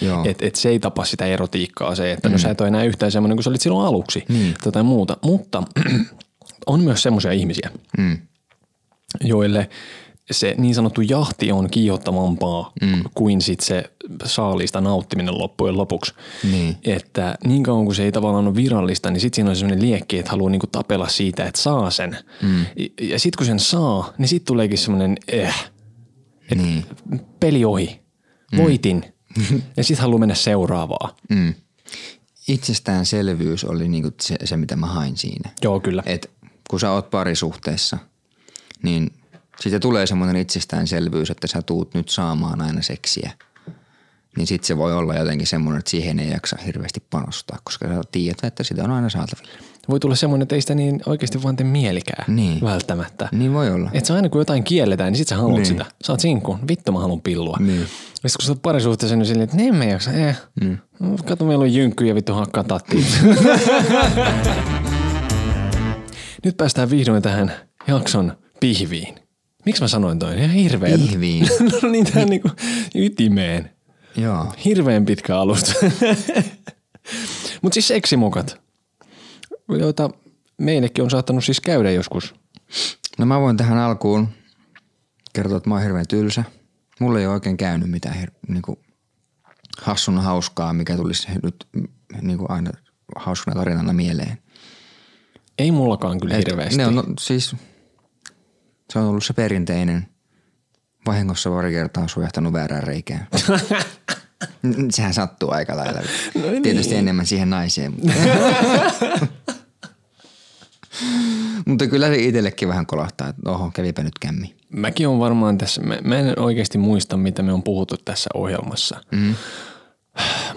Speaker 2: Joo.
Speaker 1: Et, et se ei tapa sitä erotiikkaa se, että mm. no sä et ole enää yhtään semmoinen kuin sä olit silloin aluksi
Speaker 2: Niin.
Speaker 1: mm. tai muuta. Mutta on myös semmoisia ihmisiä, joille se niin sanottu jahti on kiihottavampaa mm. kuin sit se saalista nauttiminen loppujen lopuksi.
Speaker 2: Niin.
Speaker 1: Että niin kauan kuin se ei tavallaan ole virallista, niin sitten siinä on sellainen liekki, että haluaa niinku tapella siitä, että saa sen. Mm. Ja sitten kun sen saa, niin sitten tuleekin semmoinen eh,
Speaker 2: Niin.
Speaker 1: peli ohi, voitin. ja sitten haluaa mennä seuraavaa.
Speaker 2: Mm. Itsestäänselvyys oli niinku se, se, mitä mä hain siinä.
Speaker 1: Joo, kyllä.
Speaker 2: Et kun sä oot parisuhteessa, niin siitä tulee semmoinen itsestäänselvyys, että sä tuut nyt saamaan aina seksiä. niin sitten se voi olla jotenkin semmoinen, että siihen ei jaksa hirveästi panostaa, koska sä tiedät, että sitä on aina saatavilla.
Speaker 1: Voi tulla semmoinen, että ei sitä niin oikeasti vaan tee mielikään
Speaker 2: Niin.
Speaker 1: välttämättä.
Speaker 2: Niin voi olla.
Speaker 1: Et sä aina kun jotain kielletään, niin sit sä haluat
Speaker 2: Niin.
Speaker 1: sitä. Sä oot sinkku, vittu mä haluan pillua.
Speaker 2: Niin.
Speaker 1: Ja sit kun sä oot parisuhteessa, niin silleen, että ne me jaksa, eh. Mm. Kato, meillä on jynkky ja vittu hakkaa tattiin. Nyt päästään vihdoin tähän jakson pihviin. Miksi mä sanoin toi? Ihan hirveä.
Speaker 2: Pihviin.
Speaker 1: no niin, tähän niinku ytimeen.
Speaker 2: Joo.
Speaker 1: Hirveän pitkä alusta. Mutta siis seksimukat, joita meillekin on saattanut siis käydä joskus.
Speaker 2: No mä voin tähän alkuun kertoa, että mä oon hirveän tylsä. Mulla ei ole oikein käynyt mitään her- niinku hassun hauskaa, mikä tulisi nyt mm, niinku aina hauskana tarinana mieleen.
Speaker 1: Ei mullakaan kyllä
Speaker 2: Et
Speaker 1: hirveästi.
Speaker 2: Ne on, no, siis, se on ollut se perinteinen. Vahingossa pari kertaa on sujahtanut väärään reikään. N- Sehän sattuu aika lailla. No niin. Tietysti enemmän siihen naiseen. Mutta, mutta kyllä se itsellekin vähän kolahtaa, että oho, kävipä nyt kämmi.
Speaker 1: Mäkin on varmaan tässä, mä, mä en oikeasti muista, mitä me on puhuttu tässä ohjelmassa. Mm.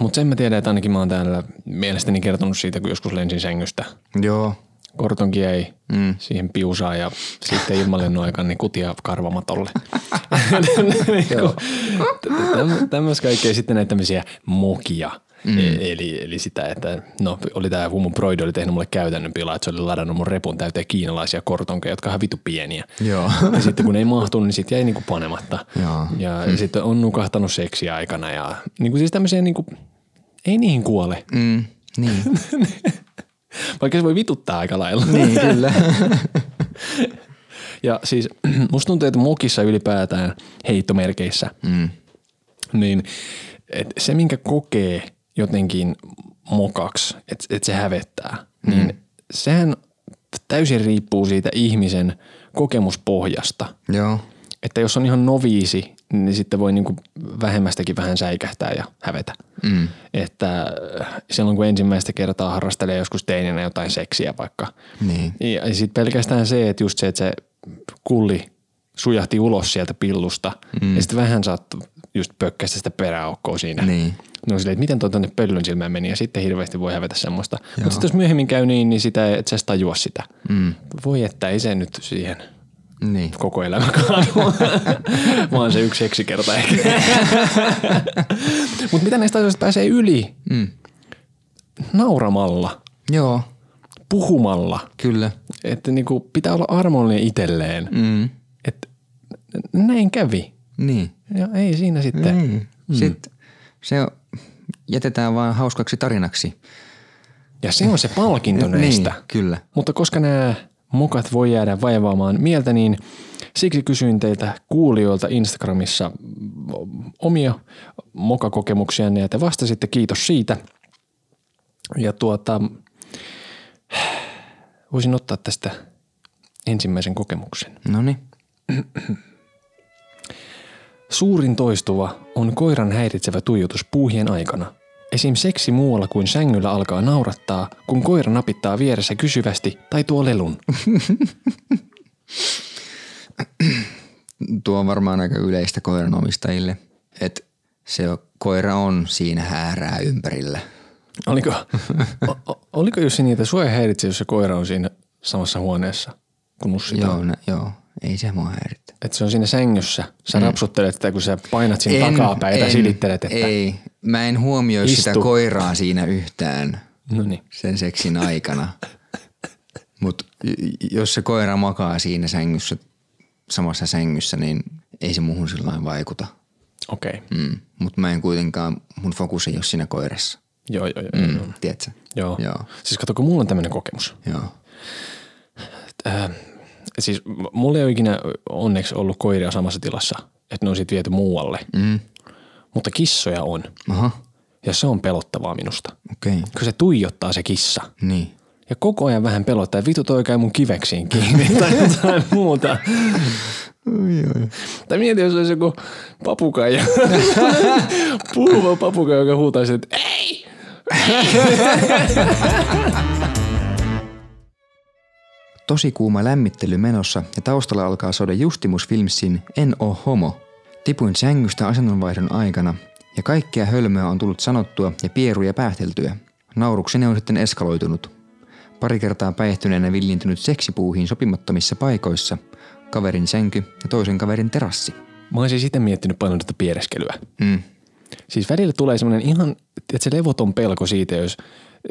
Speaker 1: Mutta sen mä tiedän, että ainakin mä oon täällä mielestäni kertonut siitä, kun joskus lensin sängystä.
Speaker 2: Joo.
Speaker 1: Kortonki jäi mm. siihen piusaan ja sitten ilmalennon aikana niin kutia karvamatolle. Tämmöistä kaikkea sitten näitä tämmöisiä mokia. Mm. Eli, eli sitä, että no oli tämä, kun mun broidi oli tehnyt mulle käytännön pilaa, että se oli ladannut mun repun täyteen kiinalaisia kortonkeja, jotka on ihan vitu pieniä.
Speaker 2: Joo.
Speaker 1: Ja sitten kun ei mahtunut, niin sitten jäi niinku panematta.
Speaker 2: Joo.
Speaker 1: Ja mm. sitten on nukahtanut seksiä aikana ja niinku siis tämmöisiä niinku, ei niihin kuole,
Speaker 2: Mm, niin.
Speaker 1: vaikka se voi vituttaa aika lailla.
Speaker 2: niin, kyllä.
Speaker 1: Ja siis musta tuntuu, että mokissa ylipäätään heittomerkeissä, mm. niin et se minkä kokee jotenkin mokaksi, että et se hävettää, mm. niin sehän täysin riippuu siitä ihmisen kokemuspohjasta.
Speaker 2: Joo.
Speaker 1: Että jos on ihan noviisi, niin sitten voi niinku vähemmästäkin vähän säikähtää ja hävetä. Mm. Että äh, silloin kun ensimmäistä kertaa harrastelee joskus teininä jotain seksiä vaikka.
Speaker 2: Niin.
Speaker 1: Ja sitten pelkästään se, että just se, että se kulli sujahti ulos sieltä pillusta mm. ja sitten vähän saattoi just pökkästä sitä peräaukkoa siinä.
Speaker 2: Niin.
Speaker 1: No silleen, että miten tuo tuonne pöllyn silmään meni ja sitten hirveästi voi hävetä semmoista. Mutta sitten jos myöhemmin käy niin, niin sitä, et sä edes tajua sitä. Mm. Voi että ei se nyt siihen
Speaker 2: Niin.
Speaker 1: koko elämä kaadu. Mä oon se yksi seksikerta ehkä. Mutta mitä näistä asioista pääsee yli? Mm. Nauramalla,
Speaker 2: Joo,
Speaker 1: puhumalla.
Speaker 2: kyllä.
Speaker 1: Että niinku pitää olla armollinen itselleen.
Speaker 2: Mm.
Speaker 1: Et näin kävi.
Speaker 2: Niin.
Speaker 1: Ja ei siinä sitten. Mm.
Speaker 2: Mm. Sitten se on- jätetään vaan hauskaksi tarinaksi.
Speaker 1: Ja se on se palkinto näistä.
Speaker 2: Niin, kyllä.
Speaker 1: Mutta koska nämä mukat voi jäädä vaivaamaan mieltä, niin siksi kysyin teiltä kuulijoilta Instagramissa mm, omia mokakokemuksianne ja te vastasitte kiitos siitä. Ja tuota, voisin ottaa tästä ensimmäisen kokemuksen.
Speaker 2: No niin.
Speaker 1: Suurin toistuva on koiran häiritsevä tuijotus puuhien aikana. Esim. seksi muualla kuin sängyllä alkaa naurattaa, kun koira napittaa vieressä kysyvästi tai tuo lelun.
Speaker 2: Tuo on varmaan aika yleistä koiranomistajille, että se on- koira on siinä häärää ympärillä.
Speaker 1: Oliko, o, o- oliko Jussi niitä sua ei häiritse, jos se koira on siinä samassa huoneessa kuin Ussita?
Speaker 2: Joo, nä, joo, ei se mua häiritä.
Speaker 1: Että se on siinä sängyssä. Sä mm. rapsuttelet sitä, kun sä painat siinä takapäin ja silittelet, että
Speaker 2: Ei, mä en huomioi
Speaker 1: Istu.
Speaker 2: Istu. sitä koiraa siinä yhtään
Speaker 1: no niin.
Speaker 2: sen seksin aikana. Mutta jos se koira makaa siinä sängyssä, samassa sängyssä, niin ei se muuhun sillä lailla vaikuta.
Speaker 1: Okei. Okay.
Speaker 2: Mm. Mutta mä en kuitenkaan, mun fokus ei ole siinä koirassa.
Speaker 1: Joo, joo, joo. Mm.
Speaker 2: Mm. Tiedätkö?
Speaker 1: Joo. joo.
Speaker 2: Joo.
Speaker 1: Siis kato, kun mulla on tämmöinen kokemus.
Speaker 2: Joo.
Speaker 1: Äh, siis m- mulla ei ole ikinä onneksi ollut koiria samassa tilassa, että ne on sitten viety muualle. Mm. Mutta kissoja on.
Speaker 2: Aha,
Speaker 1: Ja se on pelottavaa minusta.
Speaker 2: okei. Okay.
Speaker 1: Kun se tuijottaa se kissa –
Speaker 2: Niin.
Speaker 1: Ja koko ajan vähän pelottaa, että vitu toi käy mun kiveksiin kiinni tai jotain muuta. Tai mieti, jos olisi joku papukaija, puhuva papukaija, joka huutaisi, että ei!
Speaker 2: Tosi kuuma lämmittely menossa ja taustalla alkaa soida Justimus Filmsin En oo homo. Tipuin sängystä asennonvaihdon aikana Ja kaikkea hölmöä on tullut sanottua ja pieruja päästeltyä. Naurukseni on sitten eskaloitunut. Pari kertaa päihtyneenä villintynyt seksipuuhiin sopimattomissa paikoissa. Kaverin sänky ja toisen kaverin terassi.
Speaker 1: Mä oon siis itse miettinyt paljon tätä piereskelyä.
Speaker 2: Mm.
Speaker 1: Siis välillä tulee semmoinen ihan, että se levoton pelko siitä, jos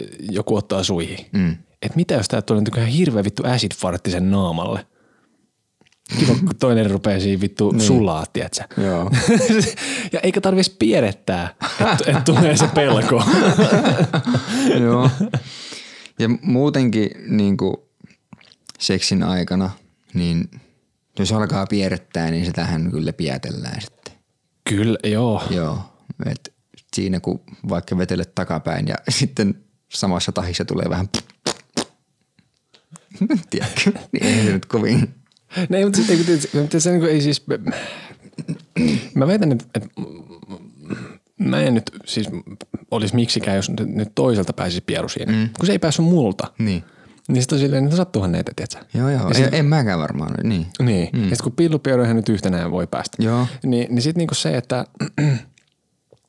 Speaker 1: ö, joku ottaa suihin.
Speaker 2: Mm.
Speaker 1: Et mitä jos tää tulee niinku ihan hirveä vittu acid fartti sen naamalle? Kiva, kun toinen rupeaa siinä vittu niin. sulaa, tietsä.
Speaker 2: Joo.
Speaker 1: ja eikä tarvis pierettää, että et tulee se pelko.
Speaker 2: Joo. Ja muutenkin niin kuin seksin aikana, niin jos alkaa pierrettää, niin sitähän kyllä pietellään sitten.
Speaker 1: Kyllä, joo.
Speaker 2: Joo. Et siinä kun vaikka vetelet takapäin ja sitten samassa tahissa tulee vähän Tiedätkö? Niin ei se nyt kovin.
Speaker 1: No ei, mutta sitten kun tietysti, mutta se niin ei siis... Mä väitän, että, että mä en nyt siis olisi miksikään, jos nyt- nyt toiselta pääsisi pieru siinä. Mm. Kun se ei päässyt multa.
Speaker 2: Niin.
Speaker 1: Niin sitten on silleen, että sattuuhan näitä, tietsä.
Speaker 2: Joo, joo. Ei, en mäkään varmaan. Niin.
Speaker 1: Niin. Mm. Ja sitten kun pillupieroihin nyt yhtenään voi päästä.
Speaker 2: Joo.
Speaker 1: Niin, niin sitten niinku se, että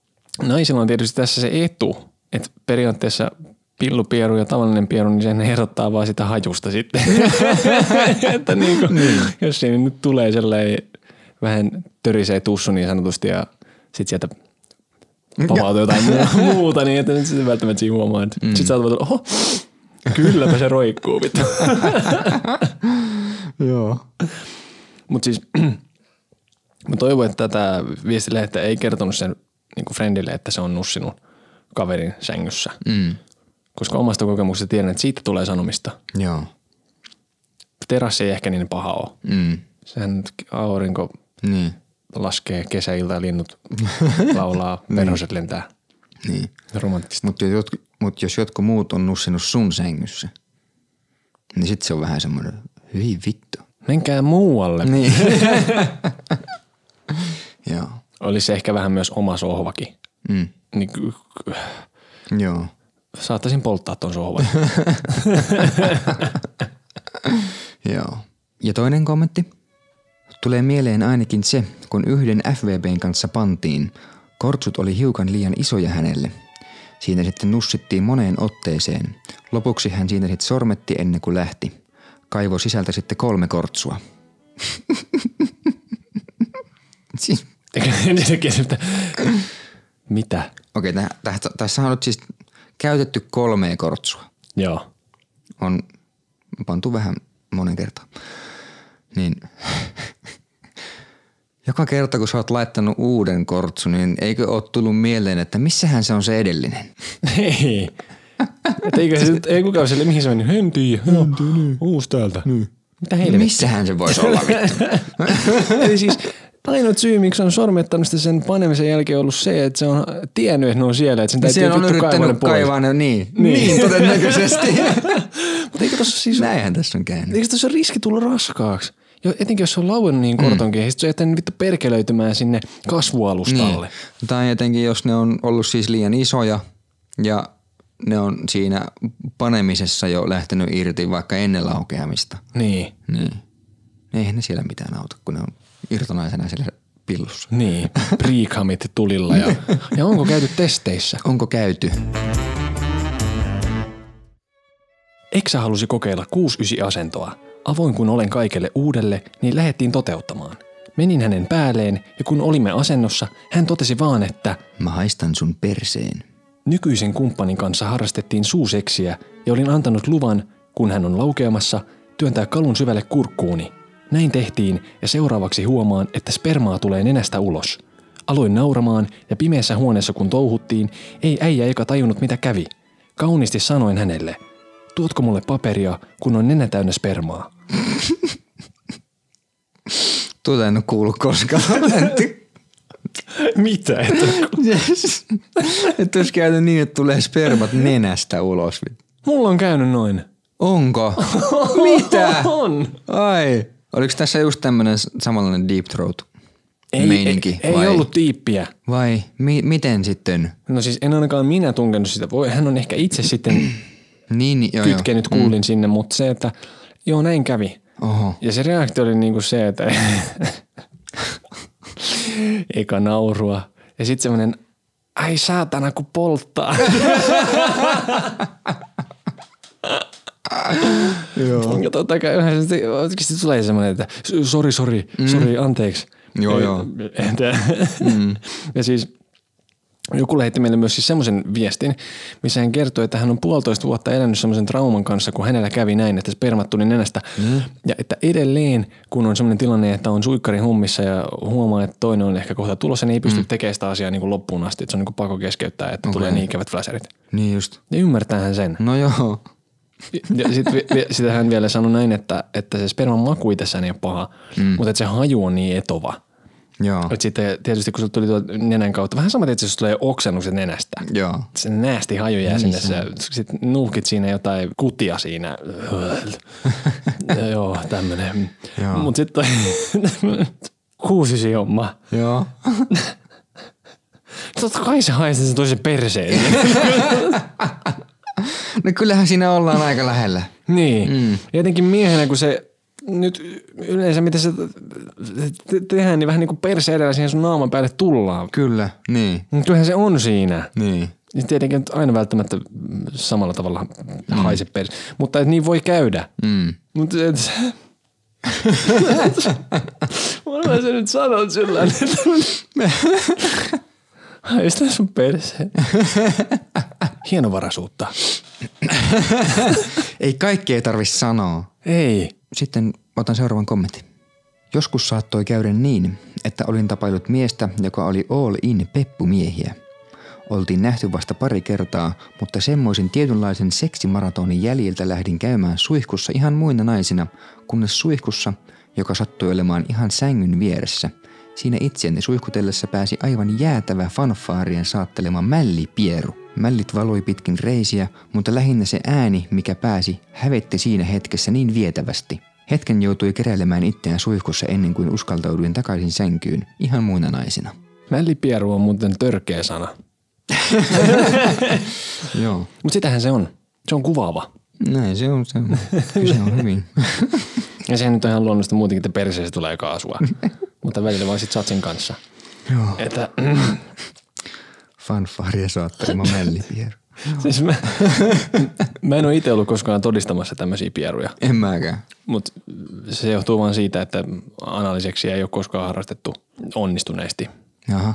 Speaker 1: naisilla on tietysti tässä se etu, että periaatteessa pillupieru ja tavallinen pieru, niin sen erottaa vaan sitä hajusta sitten. että niinku, niin. jos siinä nyt tulee sellainen vähän törisee tussu niin sanotusti ja sitten sieltä pamautuu jotain mu- muuta, niin että nyt sitten välttämättä siinä huomaa, että mm. sit sä oot vaan, tulla, oho, kylläpä se roikkuu vittu.
Speaker 2: Joo.
Speaker 1: Mutta siis mä toivon, että tätä viestilehtä ei kertonut sen niin friendille, että se on nussinut kaverin sängyssä.
Speaker 2: Mm.
Speaker 1: Koska omasta kokemuksesta tiedän, että siitä tulee sanomista.
Speaker 2: Joo.
Speaker 1: Terassi ei ehkä niin paha ole.
Speaker 2: Mm.
Speaker 1: Sehän nyt aurinko
Speaker 2: Niin.
Speaker 1: laskee kesäilta ja linnut laulaa, perhoset lentää.
Speaker 2: Niin.
Speaker 1: Romanttista.
Speaker 2: Mutta jos, jotk- mut jos jotkut muut on nussinut sun sängyssä, niin sit se on vähän semmoinen, hyi vittu.
Speaker 1: Menkää muualle.
Speaker 2: Niin. Joo.
Speaker 1: Olisi ehkä vähän myös oma sohvakin.
Speaker 2: Mm.
Speaker 1: Niin, ky- ky-
Speaker 2: Joo.
Speaker 1: saattaisin polttaa ton sohvan.
Speaker 2: Joo. Ja toinen kommentti. Tulee mieleen ainakin se, kun yhden FVBn kanssa pantiin. Kortsut oli hiukan liian isoja hänelle. Siinä sitten nussittiin moneen otteeseen. Lopuksi hän siinä sitten sormetti ennen kuin lähti. Kaivo sisältä sitten kolme kortsua. siis,
Speaker 1: Sekin, että Mitä?
Speaker 2: okei, okay, tässä on nyt siis käytetty kolmea kortsua.
Speaker 1: Joo.
Speaker 2: on pantu vähän monen kertaan. Niin joka kerta kun sä oot laittanut uuden kortsun, niin eikö ole tullut mieleen, että missähän se on se edellinen?
Speaker 1: Ei. Niin. Et eikö se nyt, ei kukaan sille, mihin se meni? En tiedä. Joo. Uus täältä. Mitä heille?
Speaker 2: Missähän se voisi olla? vittu?
Speaker 1: Eli siis ainut syy, miksi on sormettanut sitä sen panemisen jälkeen ollut se, että se on tiennyt, että ne on siellä, että sen täytyy
Speaker 2: se on
Speaker 1: vittu kaivaa ne
Speaker 2: yrittänyt
Speaker 1: pois.
Speaker 2: kaivaa ne niin. Niin, niin todennäköisesti. Niin,
Speaker 1: Mutta eikö tossa siis,
Speaker 2: Näinhän tässä on käynyt.
Speaker 1: eikö tossa riski tulla raskaaksi? Jo, etenkin jos se on lauennut niin kortonkin, mm. ja sit se on jättänyt vittu perkelöitymään sinne kasvualustalle.
Speaker 2: Niin. Tai jotenkin, jos ne on ollut siis liian isoja ja ne on siinä panemisessa jo lähtenyt irti vaikka ennen laukeamista.
Speaker 1: Niin.
Speaker 2: Niin. Eihän ne siellä mitään auta, kun ne on irtonaisena siellä pillussa.
Speaker 1: Niin. Priikamit tulilla. Ja, ja onko käyty testeissä?
Speaker 2: Onko käyty?
Speaker 1: Eksä halusi kokeilla 69 asentoa. Avoin kun olen kaikelle uudelle, niin lähettiin toteuttamaan. Menin hänen päälleen ja kun olimme asennossa, hän totesi vaan, että
Speaker 2: Mä haistan sun perseen.
Speaker 1: nykyisen kumppanin kanssa harrastettiin suuseksiä ja olin antanut luvan, kun hän on laukeamassa, työntää kalun syvälle kurkkuuni. Näin tehtiin ja seuraavaksi huomaan, että spermaa tulee nenästä ulos. Aloin nauramaan ja pimeässä huoneessa kun touhuttiin, ei äijä eikä tajunnut mitä kävi. Kauniisti sanoin hänelle, tuotko mulle paperia, kun on nenä täynnä spermaa?
Speaker 2: Tuota en ole kuullut koskaan. En ty-
Speaker 1: Mitä?
Speaker 2: yes. Et olisi käynyt niin, että tulee spermat nenästä ulos. vit-
Speaker 1: Mulla on käynyt noin.
Speaker 2: Onko? Mitä?
Speaker 1: Äh, On.
Speaker 2: Ai. Oliko tässä just tämmönen s- samanlainen deep throat meininki?
Speaker 1: ei, ei
Speaker 2: vai,
Speaker 1: ollut tiippiä.
Speaker 2: Vai mi- miten sitten?
Speaker 1: No siis en ainakaan minä tunkenut sitä. Voi, hän on ehkä itse sitten
Speaker 2: Niin, niin, joo, joo.
Speaker 1: kytkenyt kuulin sinne, mutta se, että joo näin kävi.
Speaker 2: Oho.
Speaker 1: Ja se reaktio oli niinku se, että eka naurua ja sitten semmoinen ai saatana kun polttaa.
Speaker 2: Joo.
Speaker 1: Ja totta kai yhä sitten oikeasti tulee semmoinen, että s- sori, sori, sori, anteeksi.
Speaker 2: Joo,
Speaker 1: Ja-
Speaker 2: joo.
Speaker 1: Entä? Mm. Ja siis joku lähetti meille myös siis semmoisen viestin, missä hän kertoi, että hän on puolitoista vuotta elänyt semmoisen trauman kanssa, kun hänellä kävi näin, että spermat tuli nenästä. Mm. Ja että edelleen, kun on semmoinen tilanne, että on suikkari hommissa ja huomaa, että toinen on ehkä kohta tulossa, niin ei pysty mm. tekemään sitä asiaa niin kuin loppuun asti. Että se on niin kuin pakko keskeyttää, että okay. tulee niin ikävät flasherit.
Speaker 2: Niin just.
Speaker 1: Ja ymmärtäähän sen.
Speaker 2: No joo.
Speaker 1: Ja sit, vi- vi- sitä hän vielä sanoi näin, että, että se sperman maku itsessään ei ole paha, mm. mutta että se haju on niin etova.
Speaker 2: Joo.
Speaker 1: Et sitten tietysti kun se tuli tuolta nenän kautta, vähän sama tietysti, jos tulee oksennukset nenästä.
Speaker 2: Joo.
Speaker 1: Se näästi haju jää sinne, sä sit nuuhkit siinä jotain kutia siinä. Ja Joo, tämmönen.
Speaker 2: Joo.
Speaker 1: Mut sit toi kuusisi homma.
Speaker 2: Joo.
Speaker 1: Totta kai se haisee sen toisen perseen.
Speaker 2: No kyllähän siinä ollaan aika lähellä.
Speaker 1: Niin. Mm. Jotenkin miehenä, kun se nyt yleensä, mitä se te- tehdään, niin vähän niin kuin perse edellä siihen sun naaman päälle tullaan.
Speaker 2: Kyllä. Niin.
Speaker 1: Mut Kyllähän se on siinä.
Speaker 2: Niin.
Speaker 1: Ja tietenkin nyt aina välttämättä mm, samalla tavalla haise perse. Mutta et niin voi käydä.
Speaker 2: Mm.
Speaker 1: Mutta et... Varmaan sä nyt sanot sillä lailla, että- Haista sun perse. Hienovaraisuutta.
Speaker 2: Ei kaikkea tarvi sanoa.
Speaker 1: Ei.
Speaker 2: Sitten otan seuraavan kommentin. Joskus saattoi käydä niin, että olin tapailut miestä, joka oli all in peppumiehiä. Oltiin nähty vasta pari kertaa, mutta semmoisen tietynlaisen seksimaratonin jäljiltä lähdin käymään suihkussa ihan muina naisina, kunnes suihkussa, joka sattui olemaan ihan sängyn vieressä. Siinä itseäni suihkutellessa pääsi aivan jäätävä fanfaarien saattelema mällipieru. Mällit valoi pitkin reisiä, mutta lähinnä se ääni, mikä pääsi, hävetti siinä hetkessä niin vietävästi. Hetken joutui keräilemään itseään suihkussa ennen kuin uskaltauduin takaisin sänkyyn, ihan muina naisina.
Speaker 1: Mällipieru on muuten törkeä sana.
Speaker 2: Joo.
Speaker 1: Mutta sitähän se on. Se on kuvaava.
Speaker 2: Näin se on. Se on, kyse on hyvin.
Speaker 1: Ja sehän nyt on ihan luonnollista muutenkin, että perseessä tulee kaasua. Mutta välillä vaan sit satsin kanssa.
Speaker 2: Joo.
Speaker 1: Että,
Speaker 2: Fanfaria saattelema mällipieru.
Speaker 1: siis mä, mä en ole itse ollut koskaan todistamassa tämmöisiä pieruja.
Speaker 2: En mäkään.
Speaker 1: Mutta se johtuu vaan siitä, että analiseksiä ei ole koskaan harrastettu onnistuneesti.
Speaker 2: Jaha.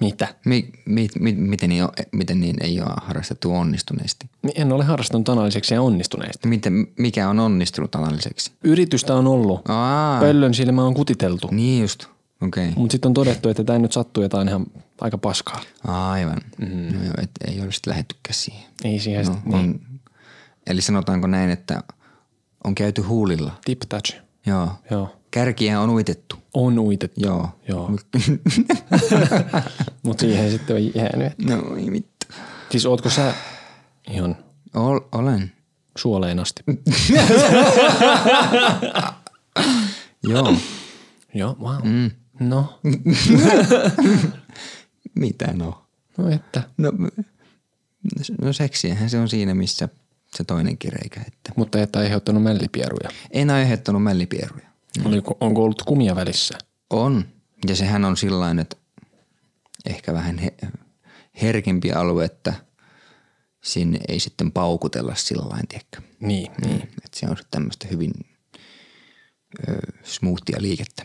Speaker 1: Mitä?
Speaker 2: Mi, mi, mi, miten, niin on, miten niin ei ole harrastettu onnistuneesti?
Speaker 1: Niin En ole harrastanut analiseksiä onnistuneesti.
Speaker 2: Niin Miten, mikä on onnistunut analyseksi?
Speaker 1: Yritystä on ollut.
Speaker 2: Aa,
Speaker 1: Pöllön silmä on kutiteltu.
Speaker 2: niin just. Okei. Okay.
Speaker 1: Mutta sitten on todettu, että tämä nyt sattuu jotain ihan aika paskaa.
Speaker 2: Aivan. Mm. No joo, et ei ole sitten lähettykään siihen.
Speaker 1: Ei siihen no.
Speaker 2: No, on, eli sanotaanko näin, että on käyty huulilla.
Speaker 1: tip touch.
Speaker 2: Joo.
Speaker 1: Joo.
Speaker 2: Kärkiä on uitettu.
Speaker 1: On uitettu.
Speaker 2: Joo.
Speaker 1: Joo. Mutta siihen sitten on jäänyt.
Speaker 2: No ei vittu.
Speaker 1: Siis ootko sä ihan
Speaker 2: Ol, olen.
Speaker 1: suoleen asti?
Speaker 2: Joo.
Speaker 1: Joo, wow. Mm. No,
Speaker 2: Mitä no?
Speaker 1: no että.
Speaker 2: No, m- no seksiähän se on siinä, missä se toinenkin reikä. Että.
Speaker 1: Mutta et aiheuttanut mällipieruja.
Speaker 2: En aiheuttanut mällipieruja.
Speaker 1: Oliko, onko ollut kumia välissä?
Speaker 2: On. Ja sehän on sillain, että ehkä vähän he, herkempi alue, että sinne ei sitten paukutella sillain, tiedäkö.
Speaker 1: Niin.
Speaker 2: Niin. Että se on sitten tämmöistä hyvin ö, smoothia liikettä.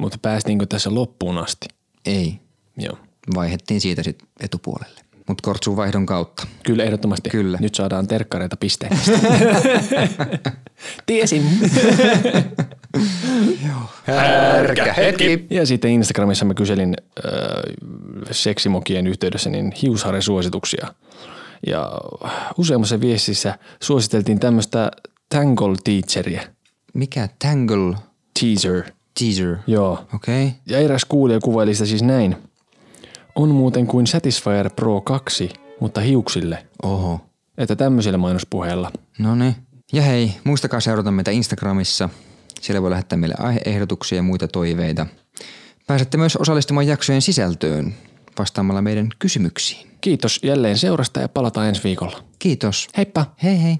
Speaker 1: Mutta päästiinkö tässä loppuun asti?
Speaker 2: Ei.
Speaker 1: Joo.
Speaker 2: Vaihettiin siitä sitten etupuolelle. Mutta kortsun vaihdon kautta.
Speaker 1: Kyllä, ehdottomasti.
Speaker 2: Kyllä.
Speaker 1: Nyt saadaan terkkareita pisteitä. Tiesin.
Speaker 2: Ärkä hetki.
Speaker 1: Ja sitten Instagramissa mä kyselin äh, seksimokien yhteydessä niin hiusharjasuosituksia. Ja useammassa viestissä suositeltiin tämmöistä Tangle Teacheria.
Speaker 2: Mikä Tangle
Speaker 1: Teaser.
Speaker 2: Teaser?
Speaker 1: Joo.
Speaker 2: Okei. Okay.
Speaker 1: Ja eräs kuulija kuvaili sitä siis näin. On muuten kuin Satisfyer Pro 2, mutta hiuksille.
Speaker 2: Oho.
Speaker 1: Että tämmöisellä mainospuheella.
Speaker 2: No niin. Ja hei, muistakaa seurata meitä Instagramissa. Siellä voi lähettää meille aiheehdotuksia ja muita toiveita. Pääsette myös osallistumaan jaksojen sisältöön vastaamalla meidän kysymyksiin.
Speaker 1: Kiitos jälleen seurasta ja palataan ensi viikolla.
Speaker 2: Kiitos.
Speaker 1: Heippa!
Speaker 2: Hei hei.